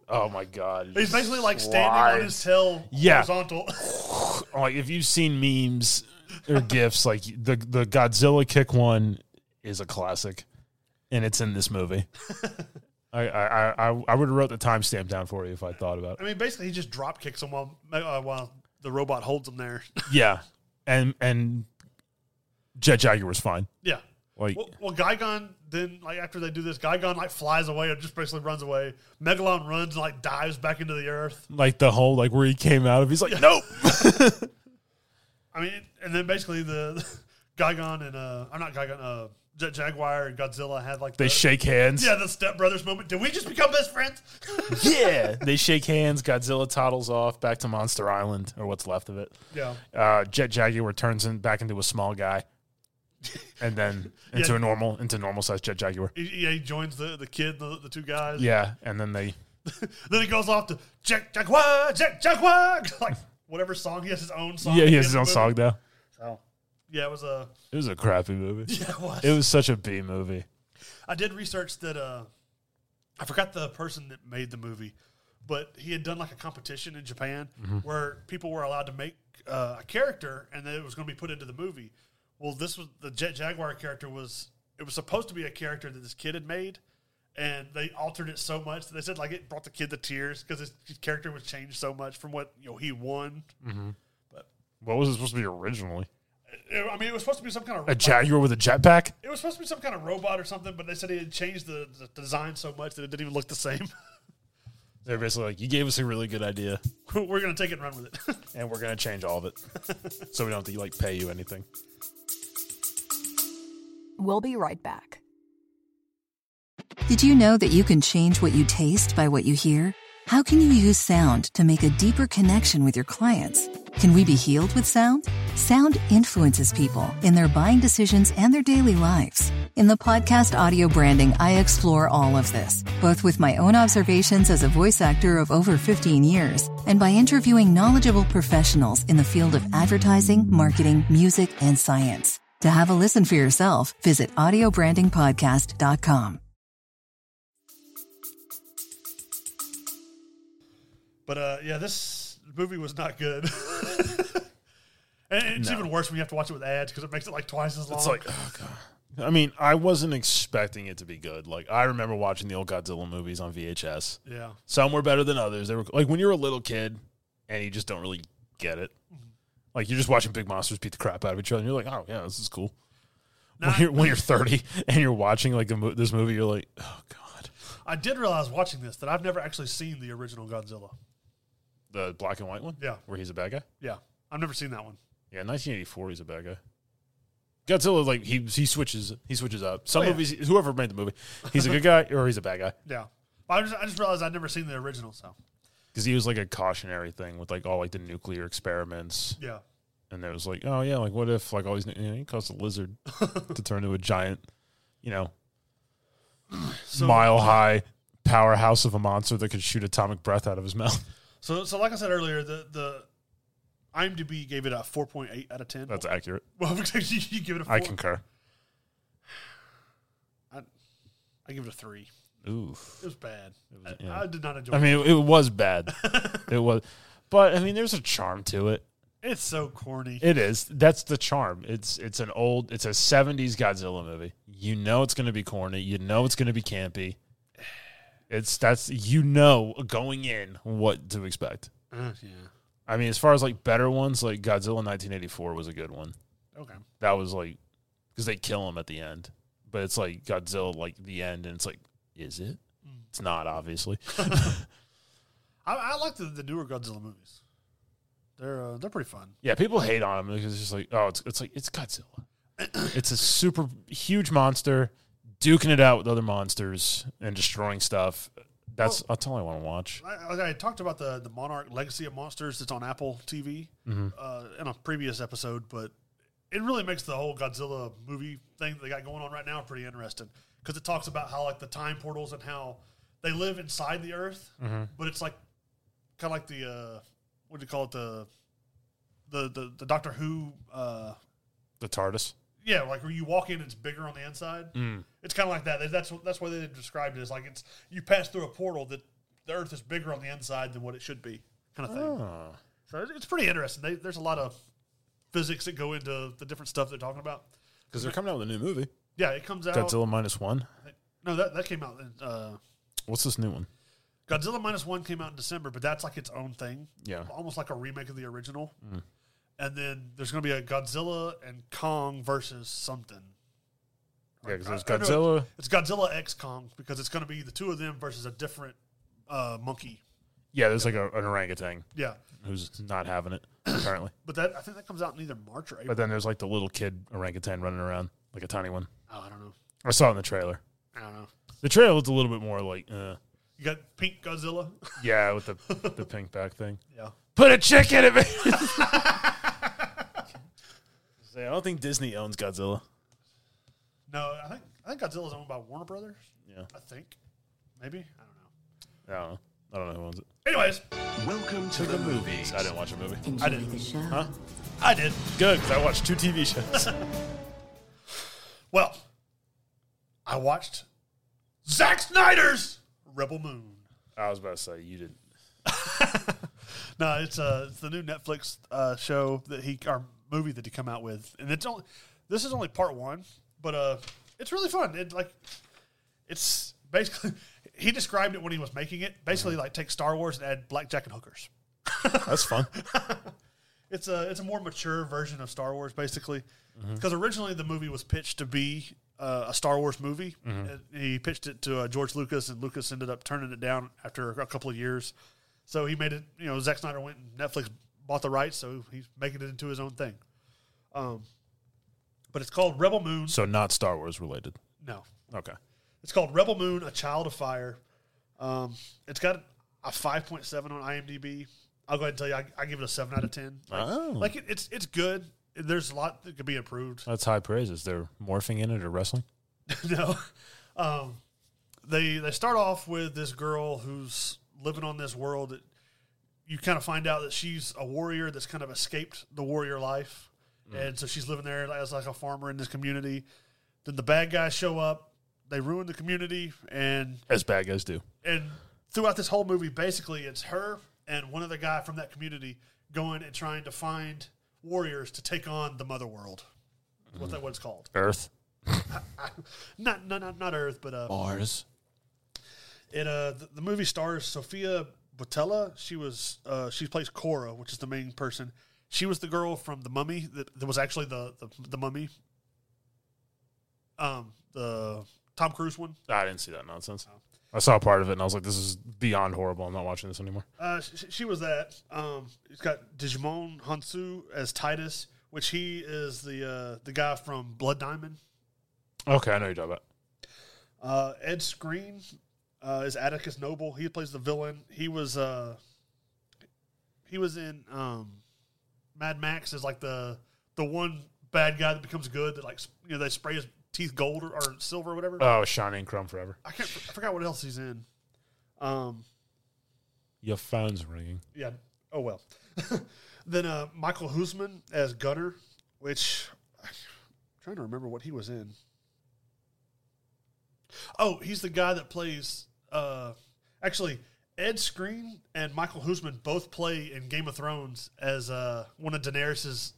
A: Oh my god.
B: He's basically like standing on his tail
A: Yeah.
B: horizontal.
A: Like Oh, if you've seen memes or gifs, like the the Godzilla kick one is a classic, and it's in this movie. I I I, I- I would have wrote the timestamp down for you if I thought about it.
B: I mean, basically he just drop kicks him while Me- uh, while the robot holds him there.
A: Yeah. And and Jet Jaguar's fine.
B: yeah.
A: Like
B: Well, well, Gigon then like after they do this, Gigon like flies away and just basically runs away. Megalon runs and like dives back into the earth.
A: like the whole like where he came out of. He's like, nope.
B: I mean, and then basically the Gigon and uh, I'm not Gigon, uh, Jet Jaguar and Godzilla had like
A: They
B: the,
A: shake hands.
B: yeah the Step Brothers moment. Did we just become best friends?
A: Yeah. they shake hands. Godzilla toddles off back to Monster Island or what's left of it.
B: yeah,
A: Uh, Jet Jaguar turns in back into a small guy, and then into a normal into normal sized Jet Jaguar.
B: he, yeah. He joins the the kid, the, the two guys.
A: Yeah, and then they
B: Then he goes off to Jack Jaguar, Jack Jaguar, like whatever song he has his own song.
A: yeah
B: at
A: he
B: the
A: has
B: end
A: his
B: of
A: own song
B: the movie.
A: though.
B: Yeah, it was uh, a.
A: It was a crappy movie.
B: Yeah, it was.
A: It was such a B movie.
B: I did research that. Uh, I forgot the person that made the movie, but he had done like a competition in Japan
A: Mm-hmm.
B: where people were allowed to make uh, a character and then it was going to be put into the movie. Well, this was the Jet Jaguar character was it was supposed to be a character that this kid had made, and they altered it so much that they said like it brought the kid to tears because his, his character was changed so much from what you know he won.
A: What was it supposed to be originally?
B: I mean, it was supposed to be some kind of
A: A Jaguar with a jetpack.
B: it was supposed to be some kind of robot or something, but they said he had changed the, the design so much that it didn't even look the same.
A: They're basically like, you gave us a really good idea,
B: We're gonna take it and run with it.
A: and we're gonna change all of it, so we don't have to like pay you anything.
E: We'll be right back.
F: Did you know that you can change what you taste by what you hear? How can you use sound to make a deeper connection with your clients? Can we be healed with sound? Sound influences people in their buying decisions and their daily lives. In the podcast Audio Branding, I explore all of this, both with my own observations as a voice actor of over 15 years and by interviewing knowledgeable professionals in the field of advertising, marketing, music, and science. To have a listen for yourself, visit audiobrandingpodcast.com.
B: But uh, yeah, this movie was not good. and it's even worse when you have to watch it with ads because it makes it like twice as long.
A: It's like, oh god. I mean, I wasn't expecting it to be good. Like, I remember watching the old Godzilla movies on VHS.
B: yeah,
A: Some were better than others. They were like when you're a little kid and you just don't really get it.
B: Mm-hmm.
A: Like you're just watching big monsters beat the crap out of each other, and you're like, oh yeah, this is cool. when you're when you're 30 and you're watching like a, mo- this movie, you're like, oh god,
B: I did realize watching this that I've never actually seen the original Godzilla.
A: the black and white one,
B: Yeah.
A: where he's a bad guy.
B: Yeah, I've never seen that one.
A: Yeah, 1984, he's a bad guy. Godzilla, like he he switches he switches up. Some
B: Oh, yeah.
A: movies, whoever made the movie, he's a good guy or he's a bad guy
B: Yeah, I just I just realized I'd never seen the original. So
A: because he was like a cautionary thing with like all like the nuclear experiments
B: yeah,
A: and it was like, oh yeah, like what if like all these you know, he caused a lizard to turn into a giant, you know, mile high powerhouse of a monster that could shoot atomic breath out of his mouth.
B: so so like I said earlier, the the IMDb gave it a four point eight out of ten.
A: That's accurate.
B: well, because you, you give it a four.
A: I concur.
B: I give it a three.
A: Oof.
B: It was bad. I- I, did not enjoy.
A: Uh, I
B: it.
A: mean, it, it was bad. it was, but I mean, there's a charm to it.
B: It's so corny.
A: It is. That's the charm. It's it's an old. It's a '70s Godzilla movie. You know it's going to be corny. You know it's going to be campy. It's that's you know going in what to expect.
B: Uh, yeah.
A: I mean, as far as like better ones, like Godzilla 1984 was a good one.
B: Okay.
A: That was like because they kill him at the end, but it's like Godzilla like the end, and it's like, is it? It's not obviously.
B: I, I like the, the newer Godzilla movies. They're uh, they're pretty fun.
A: yeah, people hate on him because it's just like, oh, it's it's like it's Godzilla. it's a super huge monster duking it out with other monsters and destroying stuff. That's
B: Oh.
A: that's all I want to watch.
B: I, I- I talked about the the Monarch Legacy of Monsters that's on Apple TV uh, in a previous episode, but it really makes the whole Godzilla movie thing that they got going on right now pretty interesting because it talks about how like the time portals and how they live inside the Earth, but it's like kind of like the uh, what do you call it the the the, the Doctor Who uh,
A: The TARDIS.
B: yeah, like where you walk in, it's bigger on the inside.
A: Mm.
B: It's kind of like that. That's that's why they described it as like it's you pass through a portal that the Earth is bigger on the inside than what it should be, kind of thing.
A: Oh.
B: So it's- it's pretty interesting. They, there's a lot of physics that go into the different stuff they're talking about.
A: Because they're coming out with a new movie,
B: Yeah, it comes out.
A: Godzilla minus one.
B: No, that that came out. In, uh,
A: What's this new one?
B: Godzilla minus one came out in December, but that's like its own thing.
A: Yeah. Mm.
B: almost like a remake of the original. And then there's going to be a Godzilla and Kong versus something.
A: Yeah, because there's
B: I- I know
A: Godzilla.
B: It's Godzilla X Kong because it's going to be the two of them versus a different uh, monkey.
A: Yeah, there's like a, an orangutan
B: Yeah,
A: who's not having it apparently.
B: but that I think that comes out in either March or April.
A: But then there's like the little kid orangutan running around, like a tiny one.
B: oh, I don't know.
A: I saw it in the trailer.
B: I don't know.
A: The trailer looked a little bit more like, uh,
B: You got Pink Godzilla.
A: yeah, with the the pink back thing.
B: yeah,
A: Put a chick in it. man. Say, I don't think Disney owns Godzilla.
B: no, I think I think Godzilla's owned by Warner Brothers.
A: Yeah,
B: I think, maybe I don't know.
A: I don't know. I don't know who owns it.
B: Anyways,
G: Welcome to the movies.
A: I didn't watch a movie.
B: I did. Huh? I did.
A: Good, 'cause I watched two TV shows.
B: Well, I watched Zack Snyder's Rebel Moon.
A: I was about to say you didn't.
B: No, it's uh, it's the new Netflix uh, show that he or movie that he come out with, and it's only this is only part one, but uh, it's really fun. It like it's basically he described it when he was making it. Basically, like take Star Wars and add blackjack and hookers.
A: That's fun.
B: It's a it's a more mature version of Star Wars, basically, because originally the movie was pitched to be uh, a Star Wars movie. And he pitched it to uh, George Lucas, and Lucas ended up turning it down after a couple of years. So he made it. You know, Zack Snyder went and Netflix bought the rights, so he's making it into his own thing. Um, but it's called Rebel Moon.
A: So not Star Wars related.
B: No,
A: Okay.
B: it's called Rebel Moon: A Child of Fire. Um, it's got a five point seven on IMDb. I'll go ahead and tell you, I, I give it a seven out of ten. Like,
A: Oh.
B: like it, it's it's good. There's a lot that could be improved.
A: That's high praises. They're morphing in it or wrestling.
B: no, um, they they start off with this girl who's living on this world. That you kind of find out that she's a warrior that's kind of escaped the warrior life, and so she's living there as like a farmer in this community. Then the bad guys show up. They ruin the community, and
A: As bad guys do.
B: and throughout this whole movie, basically, it's her and one other guy from that community going and trying to find warriors to take on the mother world. What that what it's called?
A: Earth.
B: Not not not, not Earth, but uh,
A: Mars.
B: it uh the, the movie stars Sophia Botella. She was uh she plays Cora, which is the main person. She was the girl from the Mummy that, that was actually the, the the Mummy. Um, the Tom Cruise one.
A: I didn't see that nonsense. I saw part of it and I was like, this is beyond horrible. I'm not watching this anymore.
B: Uh, she, she was that. Um, it's got Digimon Hansu as Titus, which he is the uh, the guy from Blood Diamond.
A: Okay, I know you're talking about.
B: Uh, Ed Screen uh, is Atticus Noble. He plays the villain. He was uh, he was in um, Mad Max is like the the one bad guy that becomes good that like you know they spray his teeth gold or, or silver or whatever.
A: Oh, Shining Crumb forever.
B: I can't I forgot what else he's in. Um,
A: Your phone's ringing.
B: yeah. Oh well. then uh, Michael Hoosman as Gunner, which I'm trying to remember what he was in. Oh, he's the guy that plays. Uh, actually, Ed Screen and Michael Hoosman both play in Game of Thrones as uh, one of Daenerys's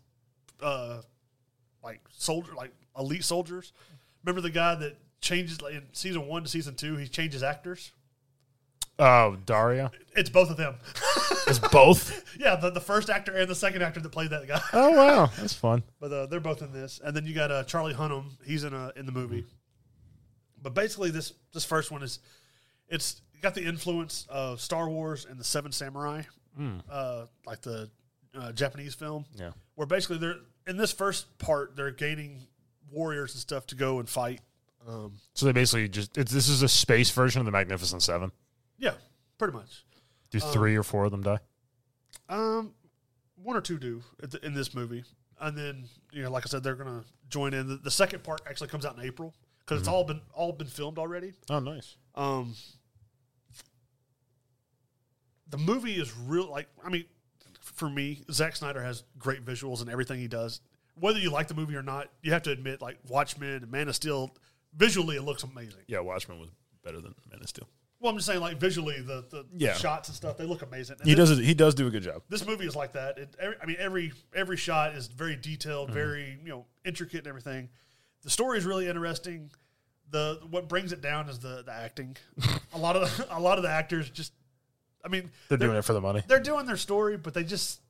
B: uh, like soldier, like elite soldiers. Remember the guy that changes like, in season one to season two? He changes actors.
A: Oh, Daria.
B: It's both of them.
A: It's both.
B: Yeah, the, the first actor and the second actor that played that guy.
A: oh wow, that's fun.
B: But uh, they're both in this, and then you got uh, Charlie Hunnam. He's in a in the movie. But basically, this this first one is it's got the influence of Star Wars and the Seven Samurai, uh, like the uh, Japanese film.
A: Yeah.
B: where basically they're in this first part they're gaining warriors and stuff to go and fight. Um,
A: So they basically just it's, this is a space version of the Magnificent Seven.
B: yeah, pretty much.
A: Do three or four of them die?
B: Um, one or two do at the- in this movie, and then you know, like I said, they're gonna join in. The, the second part actually comes out in April because it's all been all been filmed already.
A: Oh, nice.
B: Um, the movie is real. Like, I mean, for me, Zack Snyder has great visuals and everything he does. Whether you like the movie or not, you have to admit, like Watchmen and Man of Steel, visually it looks amazing.
A: Yeah, Watchmen was better than Man of Steel.
B: Well, I'm just saying, like visually, the the
A: Yeah.
B: shots and stuff they look amazing. And
A: He
B: this-
A: does he does do a good job.
B: this movie is like that. It, every, I mean, every every shot is very detailed,
A: Mm-hmm.
B: very you know intricate and everything. The story is really interesting. The what brings it down is the the acting. a lot of a lot of the actors just, I mean,
A: They're, doing it for the money.
B: they're doing their story, but they just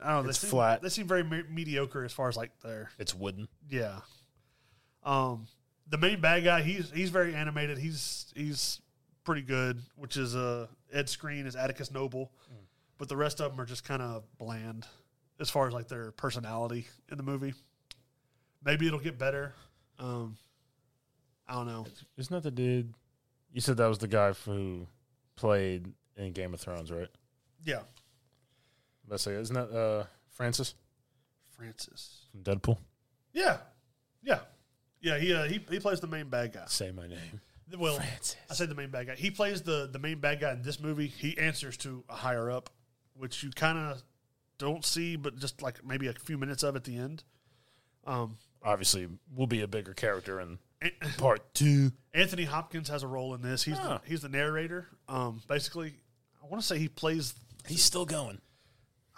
B: I don't know.
A: It's
B: they seem,
A: flat.
B: They seem very me- mediocre as far as like their
A: It's wooden.
B: yeah. Um, the main bad guy, he's he's very animated. He's he's pretty good, which is uh Ed Screen is Atticus Noble, but the rest of them are just kind of bland as far as like their personality in the movie. Maybe it'll get better. Um, I don't know.
A: Isn't that the dude? You said that was the guy who played in Game of Thrones, right?
B: Yeah,
A: Let's say, isn't that uh, Francis
B: Francis.
A: from Deadpool?
B: Yeah, yeah, yeah. He uh, he he plays the main bad guy.
A: Say my name.
B: Well, I say the main bad guy. He plays the the main bad guy in this movie. He answers to a higher up, which you kind of don't see, but just like maybe a few minutes of at the end. Um,
A: Obviously, will be a bigger character in
B: An-
A: part two.
B: Anthony Hopkins has a role in this. He's
A: Huh.
B: the, he's the narrator. Um, basically, I want to say he plays.
A: He's still going.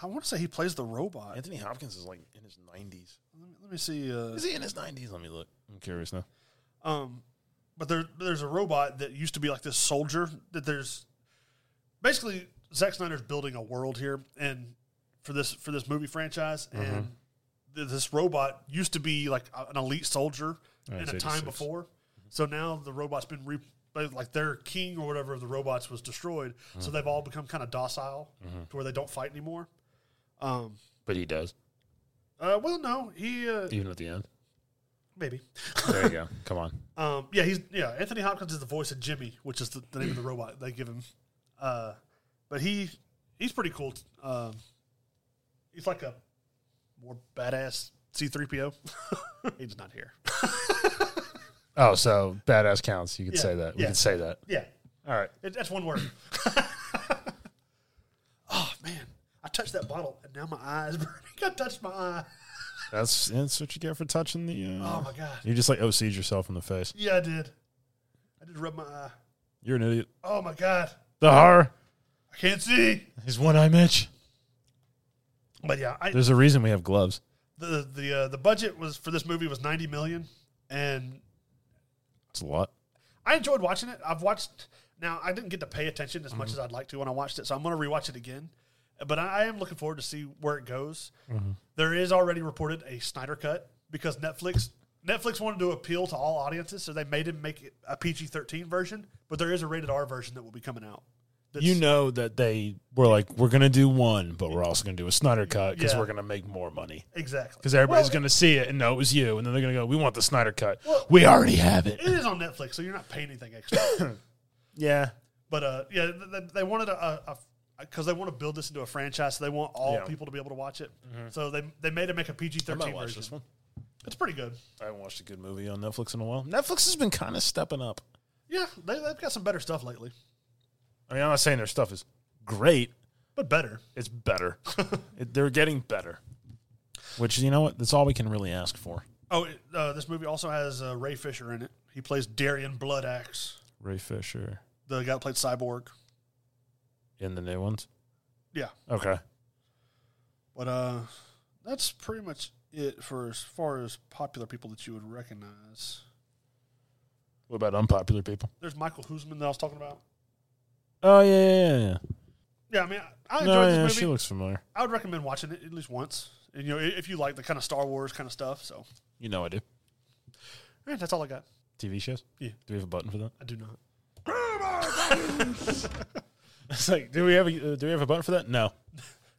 B: I want to say he plays the robot.
A: Anthony Hopkins is like in his nineties.
B: Let me, let me see. Uh,
A: Is he in his nineties? Let me look. I'm curious now.
B: Um, but there, there's a robot that used to be like this soldier that there's basically Zack Snyder's building a world here and for this for this movie franchise and th- this robot used to be like a- an elite soldier in a
A: it's 86.
B: time before. So now the robot's been re- they- like their king or whatever of the robots was destroyed. So they've all become kind of docile to where they don't fight anymore. Um,
A: But he does,
B: uh, well, no, he uh,
A: even at the end.
B: maybe.
A: There you go. Come on.
B: Um, yeah, he's yeah. Anthony Hopkins is the voice of Jimmy, which is the, the name of the robot they give him. Uh, but he he's pretty cool. Um, he's like a more badass C three PO. He's not here.
A: Oh, so badass counts. You could
B: Yeah,
A: say that. We
B: yeah.
A: could say that.
B: Yeah,
A: All right.
B: it, that's one word. oh man, I touched that bottle and now my eye is burning. I touched my eye.
A: That's that's what you get for touching the. Uh,
B: Oh my god.
A: you just like OC'd yourself in the face.
B: Yeah, I did. I did rub my eye.
A: You're an idiot.
B: Oh my god,
A: The horror.
B: I can't see.
A: He's one eye Mitch.
B: But yeah, I,
A: There's a reason we have gloves.
B: the the uh, the budget was for this movie was 90 million and
A: It's a lot.
B: I enjoyed watching it. I've watched now I didn't get to pay attention as
A: Mm-hmm.
B: much as I'd like to when I watched it, so I'm going to rewatch it again. But I, I am looking forward to see where it goes.
A: Mm-hmm.
B: There is already reported a Snyder cut because Netflix Netflix wanted to appeal to all audiences, so they made him make it a PG-13 version, but there is a rated R version that will be coming out. That's,
A: you know that they were like, we're gonna do one, but we're also gonna do a Snyder cut because
B: Yeah.
A: we're gonna make more money
B: exactly
A: because everybody's
B: Well,
A: gonna see it and know it was you, and then they're gonna go, we want the Snyder cut.
B: Well-
A: we already have it.
B: It is on Netflix, so you're not paying anything extra.
A: Yeah.
B: But uh, yeah, th- th- they wanted a because they want to build this into a franchise. So they want all
A: Yeah. Mm-hmm.
B: people to be able to watch it. So they they made it make a PG
A: I might
B: thirteen
A: watch
B: version.
A: this one.
B: It's pretty good.
A: I haven't watched a good movie on Netflix in a while. Netflix has been kind of stepping up.
B: Yeah, they, they've got some better stuff lately,
A: I mean, I'm not saying their stuff is great.
B: but better.
A: It's better. it, they're getting better, which you know what? That's all we can really ask for.
B: Oh, it, uh, this movie also has uh, Ray Fisher in it. He plays Darian Bloodaxe,
A: Ray Fisher
B: the guy that played Cyborg.
A: in the new ones.
B: Yeah,
A: Okay.
B: but uh, that's pretty much it for as far as popular people that you would recognize.
A: What about unpopular people?
B: There's Michael Hoosman that I was talking about.
A: Oh yeah, yeah, yeah.
B: Yeah, I mean, I I
A: yeah.
B: enjoyed
A: No,
B: this
A: yeah,
B: movie.
A: she looks familiar.
B: I would recommend watching it at least once. And, you know, i- if you like the kind of Star Wars kind of stuff. So, all
A: You know I do.
B: right, that's all I got.
A: TV shows.
B: Yeah.
A: Do we have a button for that?
B: I do not.
A: It's like, do we have a uh, do we have a button for that? No.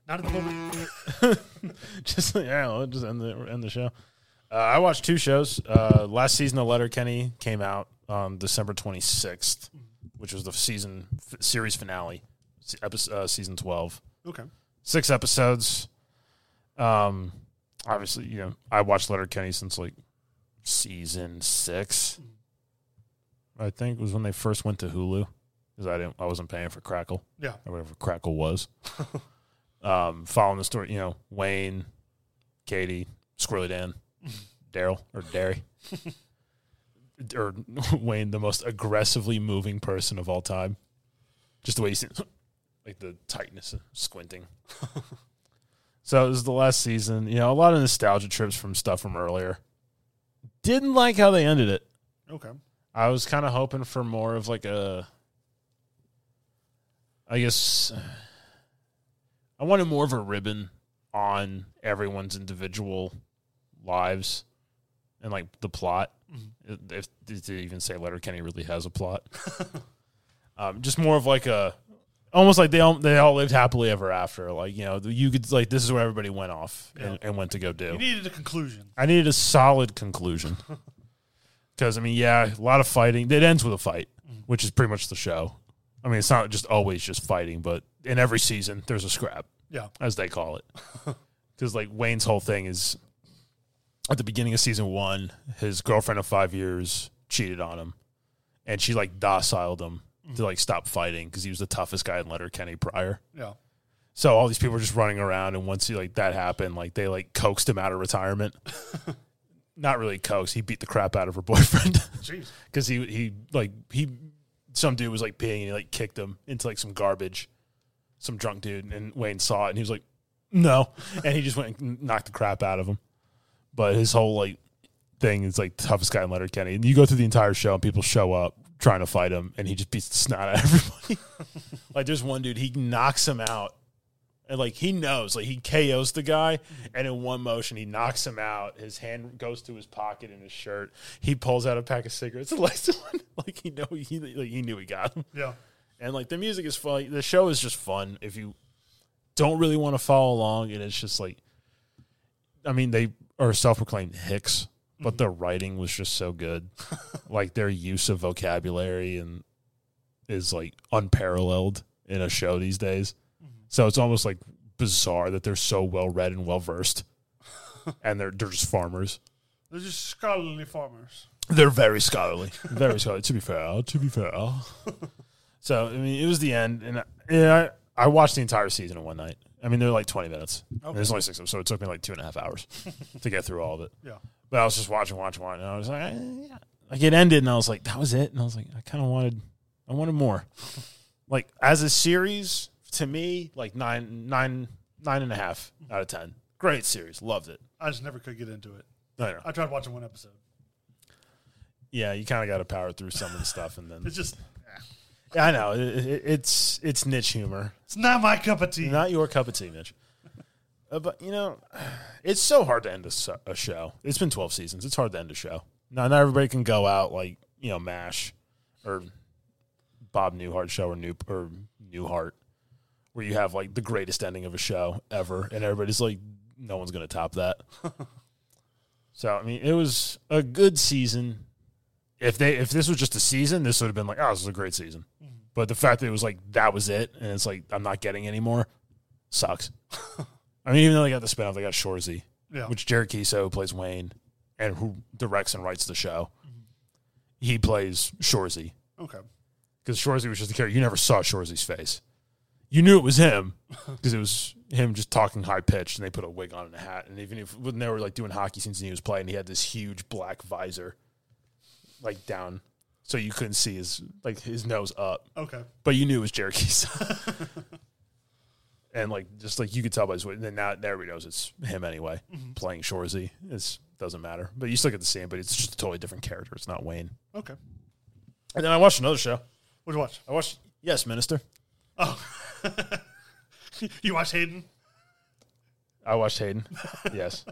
B: Not at the moment.
A: just like, yeah, we'll just end the end the show. Uh, I watched two shows. Uh, last season of Letter Kenny came out on December 26th, which was the season f- series finale, se- episode, uh, season 12.
B: Okay.
A: Six episodes. Um, obviously, you know, I watched Letter Kenny since like season six. I think was when they first went to Hulu because I didn't, I wasn't paying for Crackle
B: Yeah.
A: or whatever Crackle was. um, following the story, you know, Wayne, Katie, Squirrely Dan, Daryl, or Derry. or Wayne, the most aggressively moving person of all time. Just the way he seems, like the tightness of squinting. so it was the last season. You know, a lot of nostalgia trips from stuff from earlier. Didn't like how they ended it.
B: Okay.
A: I was kind of hoping for more of like a, I guess, I wanted more of a ribbon on everyone's individual lives and like the plot. If, if to even say Letterkenny really has a plot, um, just more of like a, almost like they all they all lived happily ever after. Like you know you could like this is where everybody went off and, and went to go do.
B: You needed a conclusion.
A: I needed a solid conclusion. Because, I mean, yeah, a lot of fighting. It ends with a fight, which is pretty much the show. I mean, it's not just always just fighting, but in every season, there's a scrap,
B: Yeah.
A: as they call it. Because, like, Wayne's whole thing is at the beginning of season one, his girlfriend of five years cheated on him. And she, like, dociled him to, like, stop fighting because he was the toughest guy in Letterkenny prior.
B: Yeah.
A: So all these people were just running around, and once he, like that happened, like they like coaxed him out of retirement. Not really coaxed. He beat the crap out of her boyfriend
B: Jeez.
A: because he he like he some dude was like peeing and he like kicked him into like some garbage, some drunk dude, and Wayne saw it and he was like, no, and he just went and knocked the crap out of him. But his whole like thing is like toughest guy in Letterkenny, and you go through the entire show and people show up trying to fight him, and he just beats the snot out of everybody. like there's one dude he knocks him out And like he knows, like he KOs the guy, and in one motion he knocks him out. His hand goes to his pocket in his shirt. He pulls out a pack of cigarettes and lights one. Like he know he like he knew he got him.
B: Yeah.
A: And like the music is fun. Like, the show is just fun. If you don't really want to follow along, and it's just like, I mean, they are self-proclaimed hicks, but their writing was just so good. like their use of vocabulary and is like unparalleled in a show these days. So it's almost like bizarre that they're so well read and well versed, and they're they're just farmers.
B: They're just scholarly farmers.
A: They're very scholarly. very scholarly. To be fair, to be fair. So I mean, it was the end, and I, yeah, I, I watched the entire season in one night. I mean, they're like twenty minutes. And There's only six of them, so it took me like two and a half hours to get through all of it.
B: Yeah.
A: But I was just watching, watching, watching, and I was like, eh, yeah. like it ended, and I was like, that was it, and I was like, I kind of wanted, I wanted more. like as a series, to me, like nine, nine, nine and a half out of ten. Great series, loved it.
B: I just never could get into it.
A: I know.
B: I tried watching one episode.
A: Yeah, you kind of got to power through some of the stuff, and then
B: It's just
A: Yeah, I know it, it, it's it's niche humor.
B: it's not my cup of tea.
A: Not your cup of tea, Mitch. Uh, but you know, it's so hard to end a, so- a show. It's been twelve seasons. It's hard to end a show. Now, not everybody can go out like you know Mash or Bob Newhart show or New or Newhart, where you have like the greatest ending of a show ever, and everybody's like, no one's gonna top that. so I mean, it was a good season. If they if this was just a season, this would have been like, oh, this is a great season. But the fact that it was like that was it, and it's like I'm not getting any more, sucks. I mean, even though they got the spinoff, they got Shorzy,
B: Yeah.
A: which Jared Kiso plays Wayne, and who directs and writes the show. He plays Shorzy
B: okay.
A: because Shorzy was just the character. You never saw Shorzy's face. You knew it was him because it was him just talking high pitched, and they put a wig on and a hat. And even if when they were like doing hockey scenes and he was playing, he had this huge black visor, like down, so you couldn't see his like his nose up
B: Okay.
A: but you knew it was Cherokee's. and like just like you could tell by his way. And then now everybody knows it's him anyway, playing Shorzy. It doesn't matter. But you still get the same, but it's just a totally different character. It's not Wayne.
B: Okay.
A: And then I watched another show.
B: What'd you watch?
A: I watched Yes, Minister.
B: You watch Hayden?
A: I watched Hayden. yes.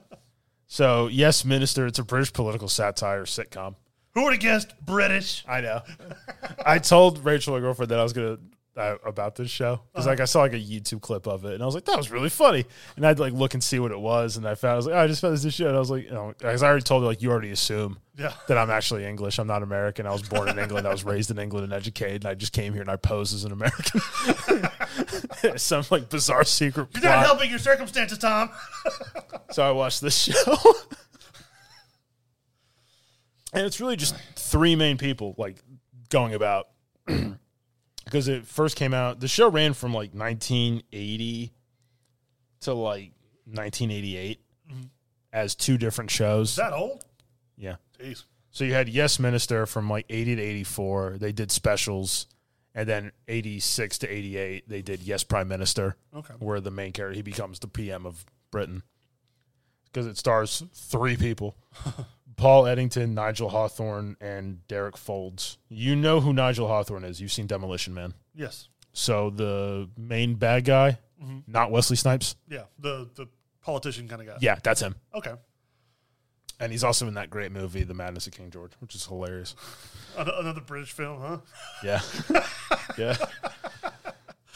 A: So Yes, Minister, it's a British political satire sitcom.
B: Who would have guessed? British.
A: I know. I told Rachel, my girlfriend, that I was gonna uh, about this show because like I saw like a YouTube clip of it, and I was like, that was really funny. And I'd like look and see what it was, and I found I was like, oh, I just found this show, and I was like, you know, because I already told her like you already assume
B: Yeah.
A: that I'm actually English. I'm not American. I was born in England. I was raised in England and educated. And I just came here and I posed as an American. Some like bizarre secret.
B: You're not
A: plot.
B: helping your circumstances, Tom.
A: So I watched this show. and it's really just three main people like going about because it first came out the show ran from like 1980 to like 1988 as two different shows.
B: Is that old?
A: yeah.
B: Jeez.
A: So you had Yes Minister from like 80 to 84. They did specials. And then 86 to 88, they did Yes Prime Minister,
B: Okay.
A: where the main character, he becomes the PM of Britain. Because it stars three people Paul Eddington, Nigel Hawthorne, and Derek Folds. You know who Nigel Hawthorne is. You've seen Demolition Man.
B: Yes.
A: So the main bad guy, not Wesley Snipes.
B: Yeah. The the politician kind of guy.
A: Yeah, that's him.
B: Okay.
A: And he's also in that great movie, The Madness of King George, which is hilarious.
B: An- another British film, huh?
A: Yeah. yeah.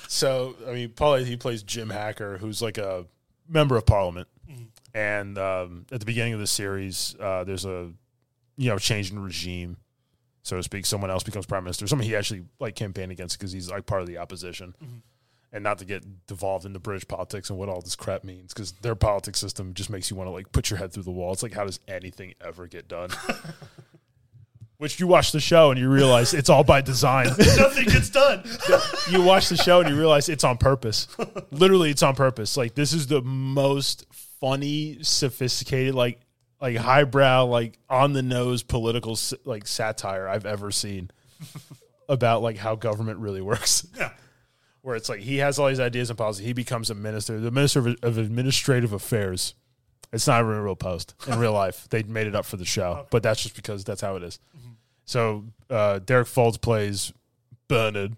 A: So, I mean, Paul, he plays Jim Hacker, who's like a member of parliament. And um, at the beginning of the series, uh, there's a, you know, change in regime, so to speak. Someone else becomes prime minister. Someone he actually, like, campaigned against because he's, like, part of the opposition. And not to get devolved into British politics and what all this crap means, because their politics system just makes you want to like put your head through the wall. It's like, how does anything ever get done? Which you watch the show and you realize it's all by design
B: Nothing gets done.
A: you watch the show and you realize it's on purpose. Literally, it's on purpose. Like this is the most funny, sophisticated, like like highbrow, like on the nose political s- like satire I've ever seen about like how government really works.
B: Yeah.
A: Where it's like he has all these ideas and policy. He becomes a minister, the minister of, of administrative affairs. It's not even a real post in real life. They made it up for the show, but that's just because that's how it is. So uh, Derek Folds plays Bernard,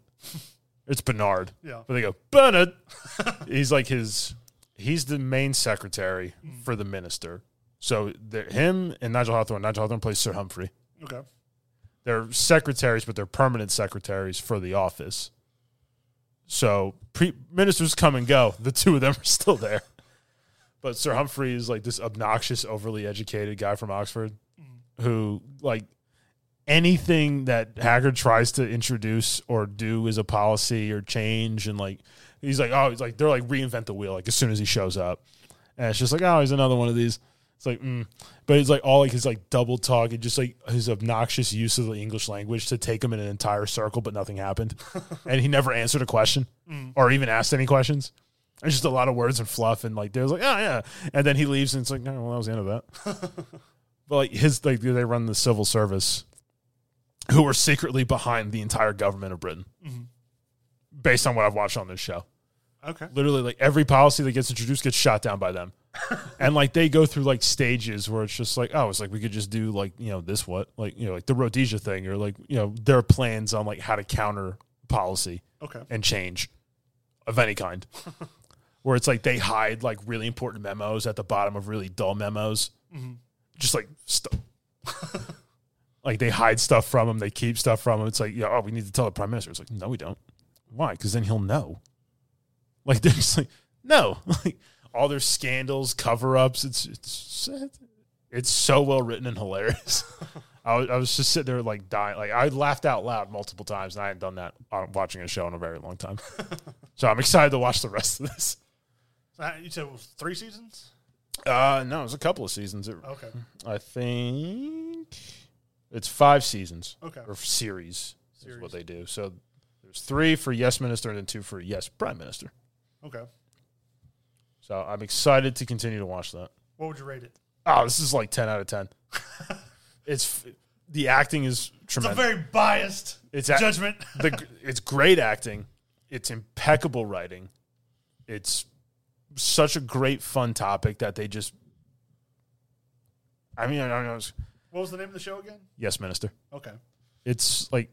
A: It's Bernard.
B: Yeah.
A: But they go, Bernard. he's like his, he's the main secretary for the minister. So they're- him and Nigel Hawthorne, Nigel Hawthorne plays Sir Humphrey.
B: Okay.
A: They're secretaries, but they're permanent secretaries for the office. So pre- ministers come and go. The two of them are still there. But Sir Humphrey is like this obnoxious, overly educated guy from Oxford who, like, anything that Haggard tries to introduce or do is a policy or change. And, like, he's like, oh, he's like, they're like, reinvent the wheel, like, as soon as he shows up. And it's just like, oh, he's another one of these. It's like, mm. but it's like all like his like double talk and just like his obnoxious use of the English language to take him in an entire circle, but nothing happened, and he never answered a question or even asked any questions. It's just a lot of words and fluff, and like there's like, oh yeah, and then he leaves, and it's like, no, well, that was the end of that. but like his like they run the civil service, who are secretly behind the entire government of Britain, based on what I've watched on this show
B: Okay.
A: literally like every policy that gets introduced gets shot down by them and like they go through like stages where it's just like oh it's like we could just do like you know this what like you know like the rhodesia thing or like you know their plans on like how to counter policy
B: Okay.
A: and change of any kind where it's like they hide like really important memos at the bottom of really dull memos just like stuff like they hide stuff from him they keep stuff from him it's like yeah, oh we need to tell the prime minister it's like no we don't why because then he'll know like they're just like no like all their scandals cover-ups it's it's it's so well written and hilarious I was, I was just sitting there like dying. Like I laughed out loud multiple times, and I hadn't done that on watching a show in a very long time. so I'm excited to watch the rest of this.
B: So how- you said it was three seasons?
A: Uh, no, it was a couple of seasons. It,
B: Okay.
A: I think it's five seasons
B: Okay.
A: or series, is
B: Series.
A: what they do. So there's three for Yes Minister and then two for Yes Prime Minister.
B: Okay.
A: So I'm excited to continue to watch that.
B: What would you rate it?
A: Oh, this is like ten out of ten. it's f- the acting is
B: It's a
A: tremendous.
B: very biased
A: It's a-
B: judgment.
A: the it's great acting, it's impeccable writing, it's such a great fun topic that they just. I mean, I don't know. it's-
B: what was the name of the show again?
A: Yes, minister.
B: Okay.
A: It's like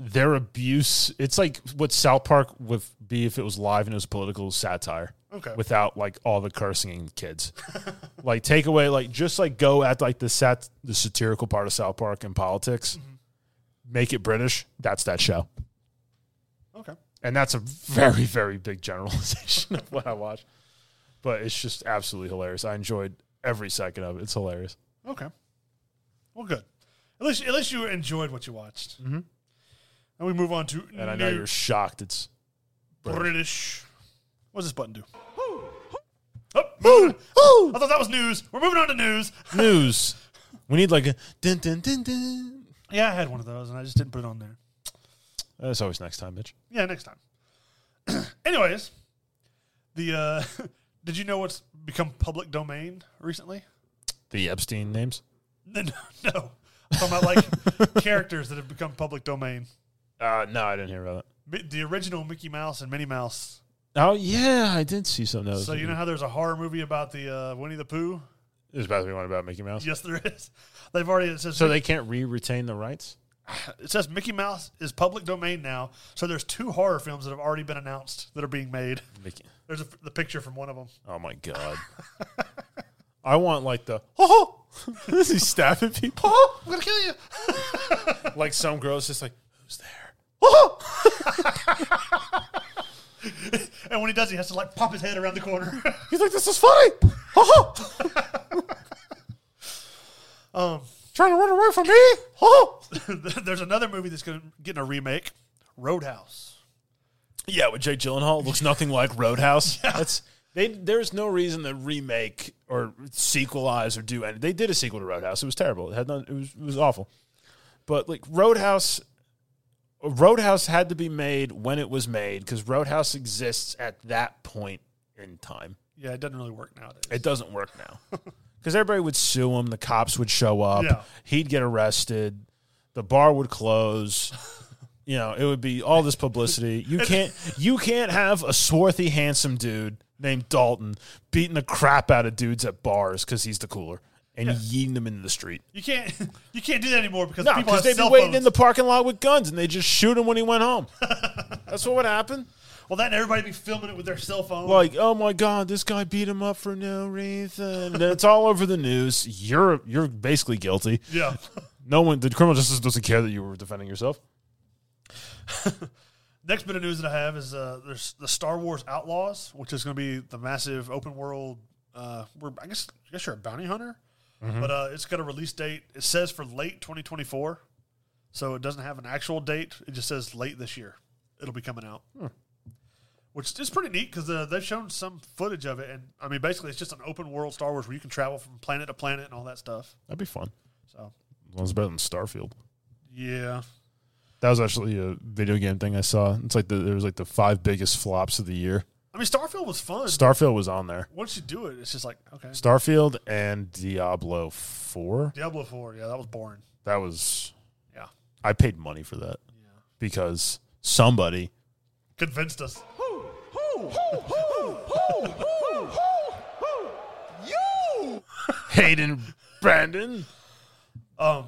A: their abuse. It's like what South Park would be if it was live and it was political satire
B: Okay.
A: without like all the cursing and kids. like take away like just like go at like the sat the satirical part of South Park and politics.
B: Mm-hmm.
A: Make it British. That's that show.
B: okay.
A: and that's a very very big generalization of what I watch. But it's just absolutely hilarious. I enjoyed every second of it. It's hilarious.
B: Okay. Well, good. At least, at least you enjoyed what you watched. Mm-hmm. And we move on to
A: And I know
B: new
A: you're shocked. It's
B: British. What does this button do?
A: Ooh, ooh.
B: I thought that was news. We're moving on to news.
A: news. We need like a dun dun dun dun.
B: Yeah, I had one of those, and I just didn't put it on there.
A: That's always next time, bitch.
B: Yeah, next time. Anyways, the uh, did you know what's become public domain recently?
A: The Epstein names.
B: No, no. I'm talking about like characters that have become public domain.
A: Uh, no, I didn't hear about it.
B: Mi- The original Mickey Mouse and Minnie Mouse.
A: Oh yeah, I did see something else.
B: So you know how there's a horror movie about the uh, Winnie the Pooh?
A: there's about to be one about Mickey Mouse.
B: Yes, there is. They've already it says
A: So they can't re-retain the rights.
B: it says Mickey Mouse is public domain now. So there's two horror films that have already been announced that are being made.
A: Mickey.
B: There's a, the picture from one of them.
A: Oh my god. I want like the oh, is he stabbing people?
B: I'm gonna kill you.
A: like some girls just like who's there Oh,
B: And when he does, he has to like pop his head around the corner.
A: he's like this is funny um oh. trying to run away from me oh
B: there's another movie that's gonna getting a remake, Roadhouse.
A: yeah with jake gyllenhaal looks nothing like roadhouse that's they there's no reason to remake or sequelize or do any they did a sequel to roadhouse it was terrible it had none it was, it was awful but like roadhouse roadhouse had to be made when it was made because roadhouse exists at that point in time
B: Yeah, it doesn't really work nowadays.
A: It doesn't work now because everybody would sue him. The cops would show up.
B: Yeah.
A: He'd get arrested. The bar would close. You know, it would be all this publicity. You can't. You can't have a swarthy, handsome dude named Dalton beating the crap out of dudes at bars because he's the cooler and yeeting them into the street.
B: You can't you can't do that anymore because
A: No,
B: people have
A: because they'd be
B: cell
A: waiting
B: phones.
A: in the parking lot with guns and they just shoot him when he went home. That's what would happen.
B: Well, then everybody be filming it with their cell phone.
A: Like, oh my god, this guy beat him up for no reason. And it's all over the news. You're you're basically guilty.
B: yeah.
A: No one, the criminal justice doesn't care that you were defending yourself.
B: Next bit of news that I have is uh, there's the Star Wars Outlaws, which is going to be the massive open world. Uh, we're, I guess I guess you're a bounty hunter, but uh, it's got a release date. It says for late 2024, so it doesn't have an actual date. It just says late this year. It'll be coming out, which is pretty neat because uh, they've shown some footage of it, and I mean basically it's just an open world Star Wars where you can travel from planet to planet and all that stuff.
A: That'd be fun.
B: So
A: Well, it's better than Starfield.
B: yeah,
A: That was actually a video game thing I saw. It's like the there was like the five biggest flops of the year.
B: I mean Starfield was fun.
A: Starfield was on there.
B: Once you do it, it's just like okay,
A: Starfield and Diablo Four.
B: Diablo Four. Yeah, that was boring.
A: That was
B: Yeah.
A: I paid money for that because somebody
B: Convinced us.
A: Hayden Brandon.
B: Um.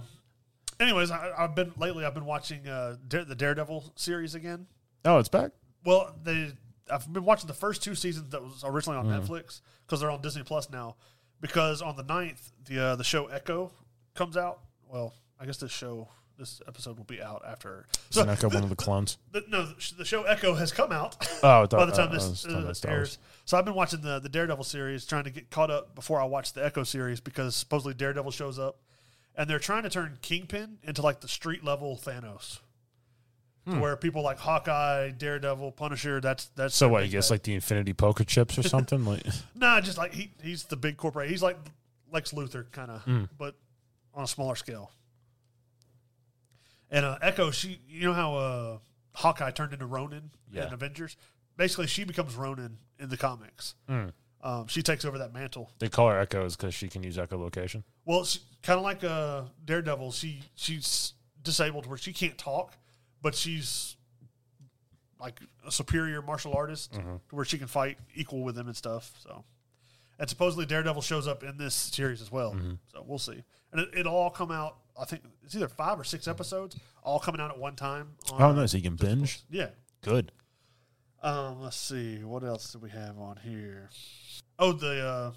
B: Anyways, I, I've been lately. I've been watching uh, Dare, the Daredevil series again.
A: Oh, it's back.
B: Well, they I've been watching the first two seasons that was originally on
A: Mm-hmm.
B: Netflix because they're on Disney Plus now. Because on the 9th, the uh, the show Echo comes out. Well, I guess this show this episode will be out after. So
A: Isn't that got one of the clones?
B: the, no, the sh- the show Echo has come out.
A: Oh, I thought-
B: by the time
A: I- I was
B: this
A: talking
B: uh,
A: about Star
B: airs, so I've been watching the the Daredevil series, trying to get caught up before I watch the Echo series because supposedly Daredevil shows up, and they're trying to turn Kingpin into like the street level Thanos,
A: Hmm.
B: to where people like Hawkeye, Daredevil, Punisher. That's that's
A: So
B: their
A: what? I
B: big
A: guess
B: bad.
A: like the Infinity Poker Chips or something. Like
B: nah, just like he he's the big corporate. He's like Lex Luthor kind of, but on a smaller scale. And uh, Echo, she, you know how uh, Hawkeye turned into Ronin
A: Yeah.
B: in Avengers. Basically, she becomes Ronin in the comics. Um, she takes over that mantle.
A: they call her Echoes because she can use echolocation.
B: Well, she kind of like uh, Daredevil. She she's disabled where she can't talk, but she's like a superior martial artist
A: Mm-hmm.
B: to where she can fight equal with them and stuff. So, and supposedly Daredevil shows up in this series as well.
A: Mm-hmm.
B: So we'll see. And it, it'll all come out. I think it's either five or six episodes, all coming out at one time. On,
A: Oh, nice. You can binge.
B: Yeah.
A: Good.
B: Um, let's see. What else do we have on here? Oh, the uh,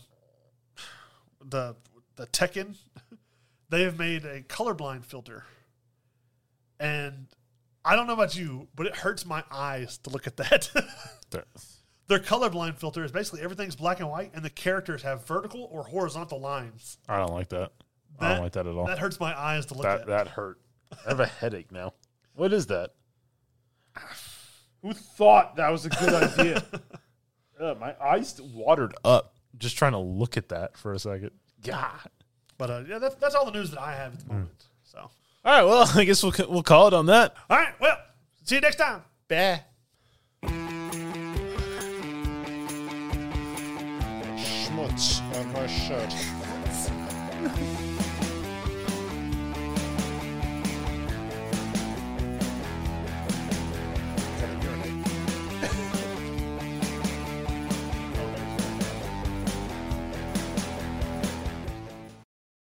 B: the the Tekken. They have made a colorblind filter, and I don't know about you, but it hurts my eyes to look at that. Their colorblind filter is basically everything's black and white, and the characters have vertical or horizontal lines.
A: I don't like that. I don't like that at all.
B: That hurts my eyes to look
A: That
B: at.
A: that hurt. I have a headache now. What is that? Who thought that was a good idea? Uh, my eyes watered up just trying to look at that for a second. God.
B: But uh, yeah, that's that's all the news that I have
A: Hmm.
B: at the moment. So,
A: All right. Well, I guess we'll c- we'll call it on that.
B: all right, well, see you next time.
A: Bah.
H: Schmutz on her shirt.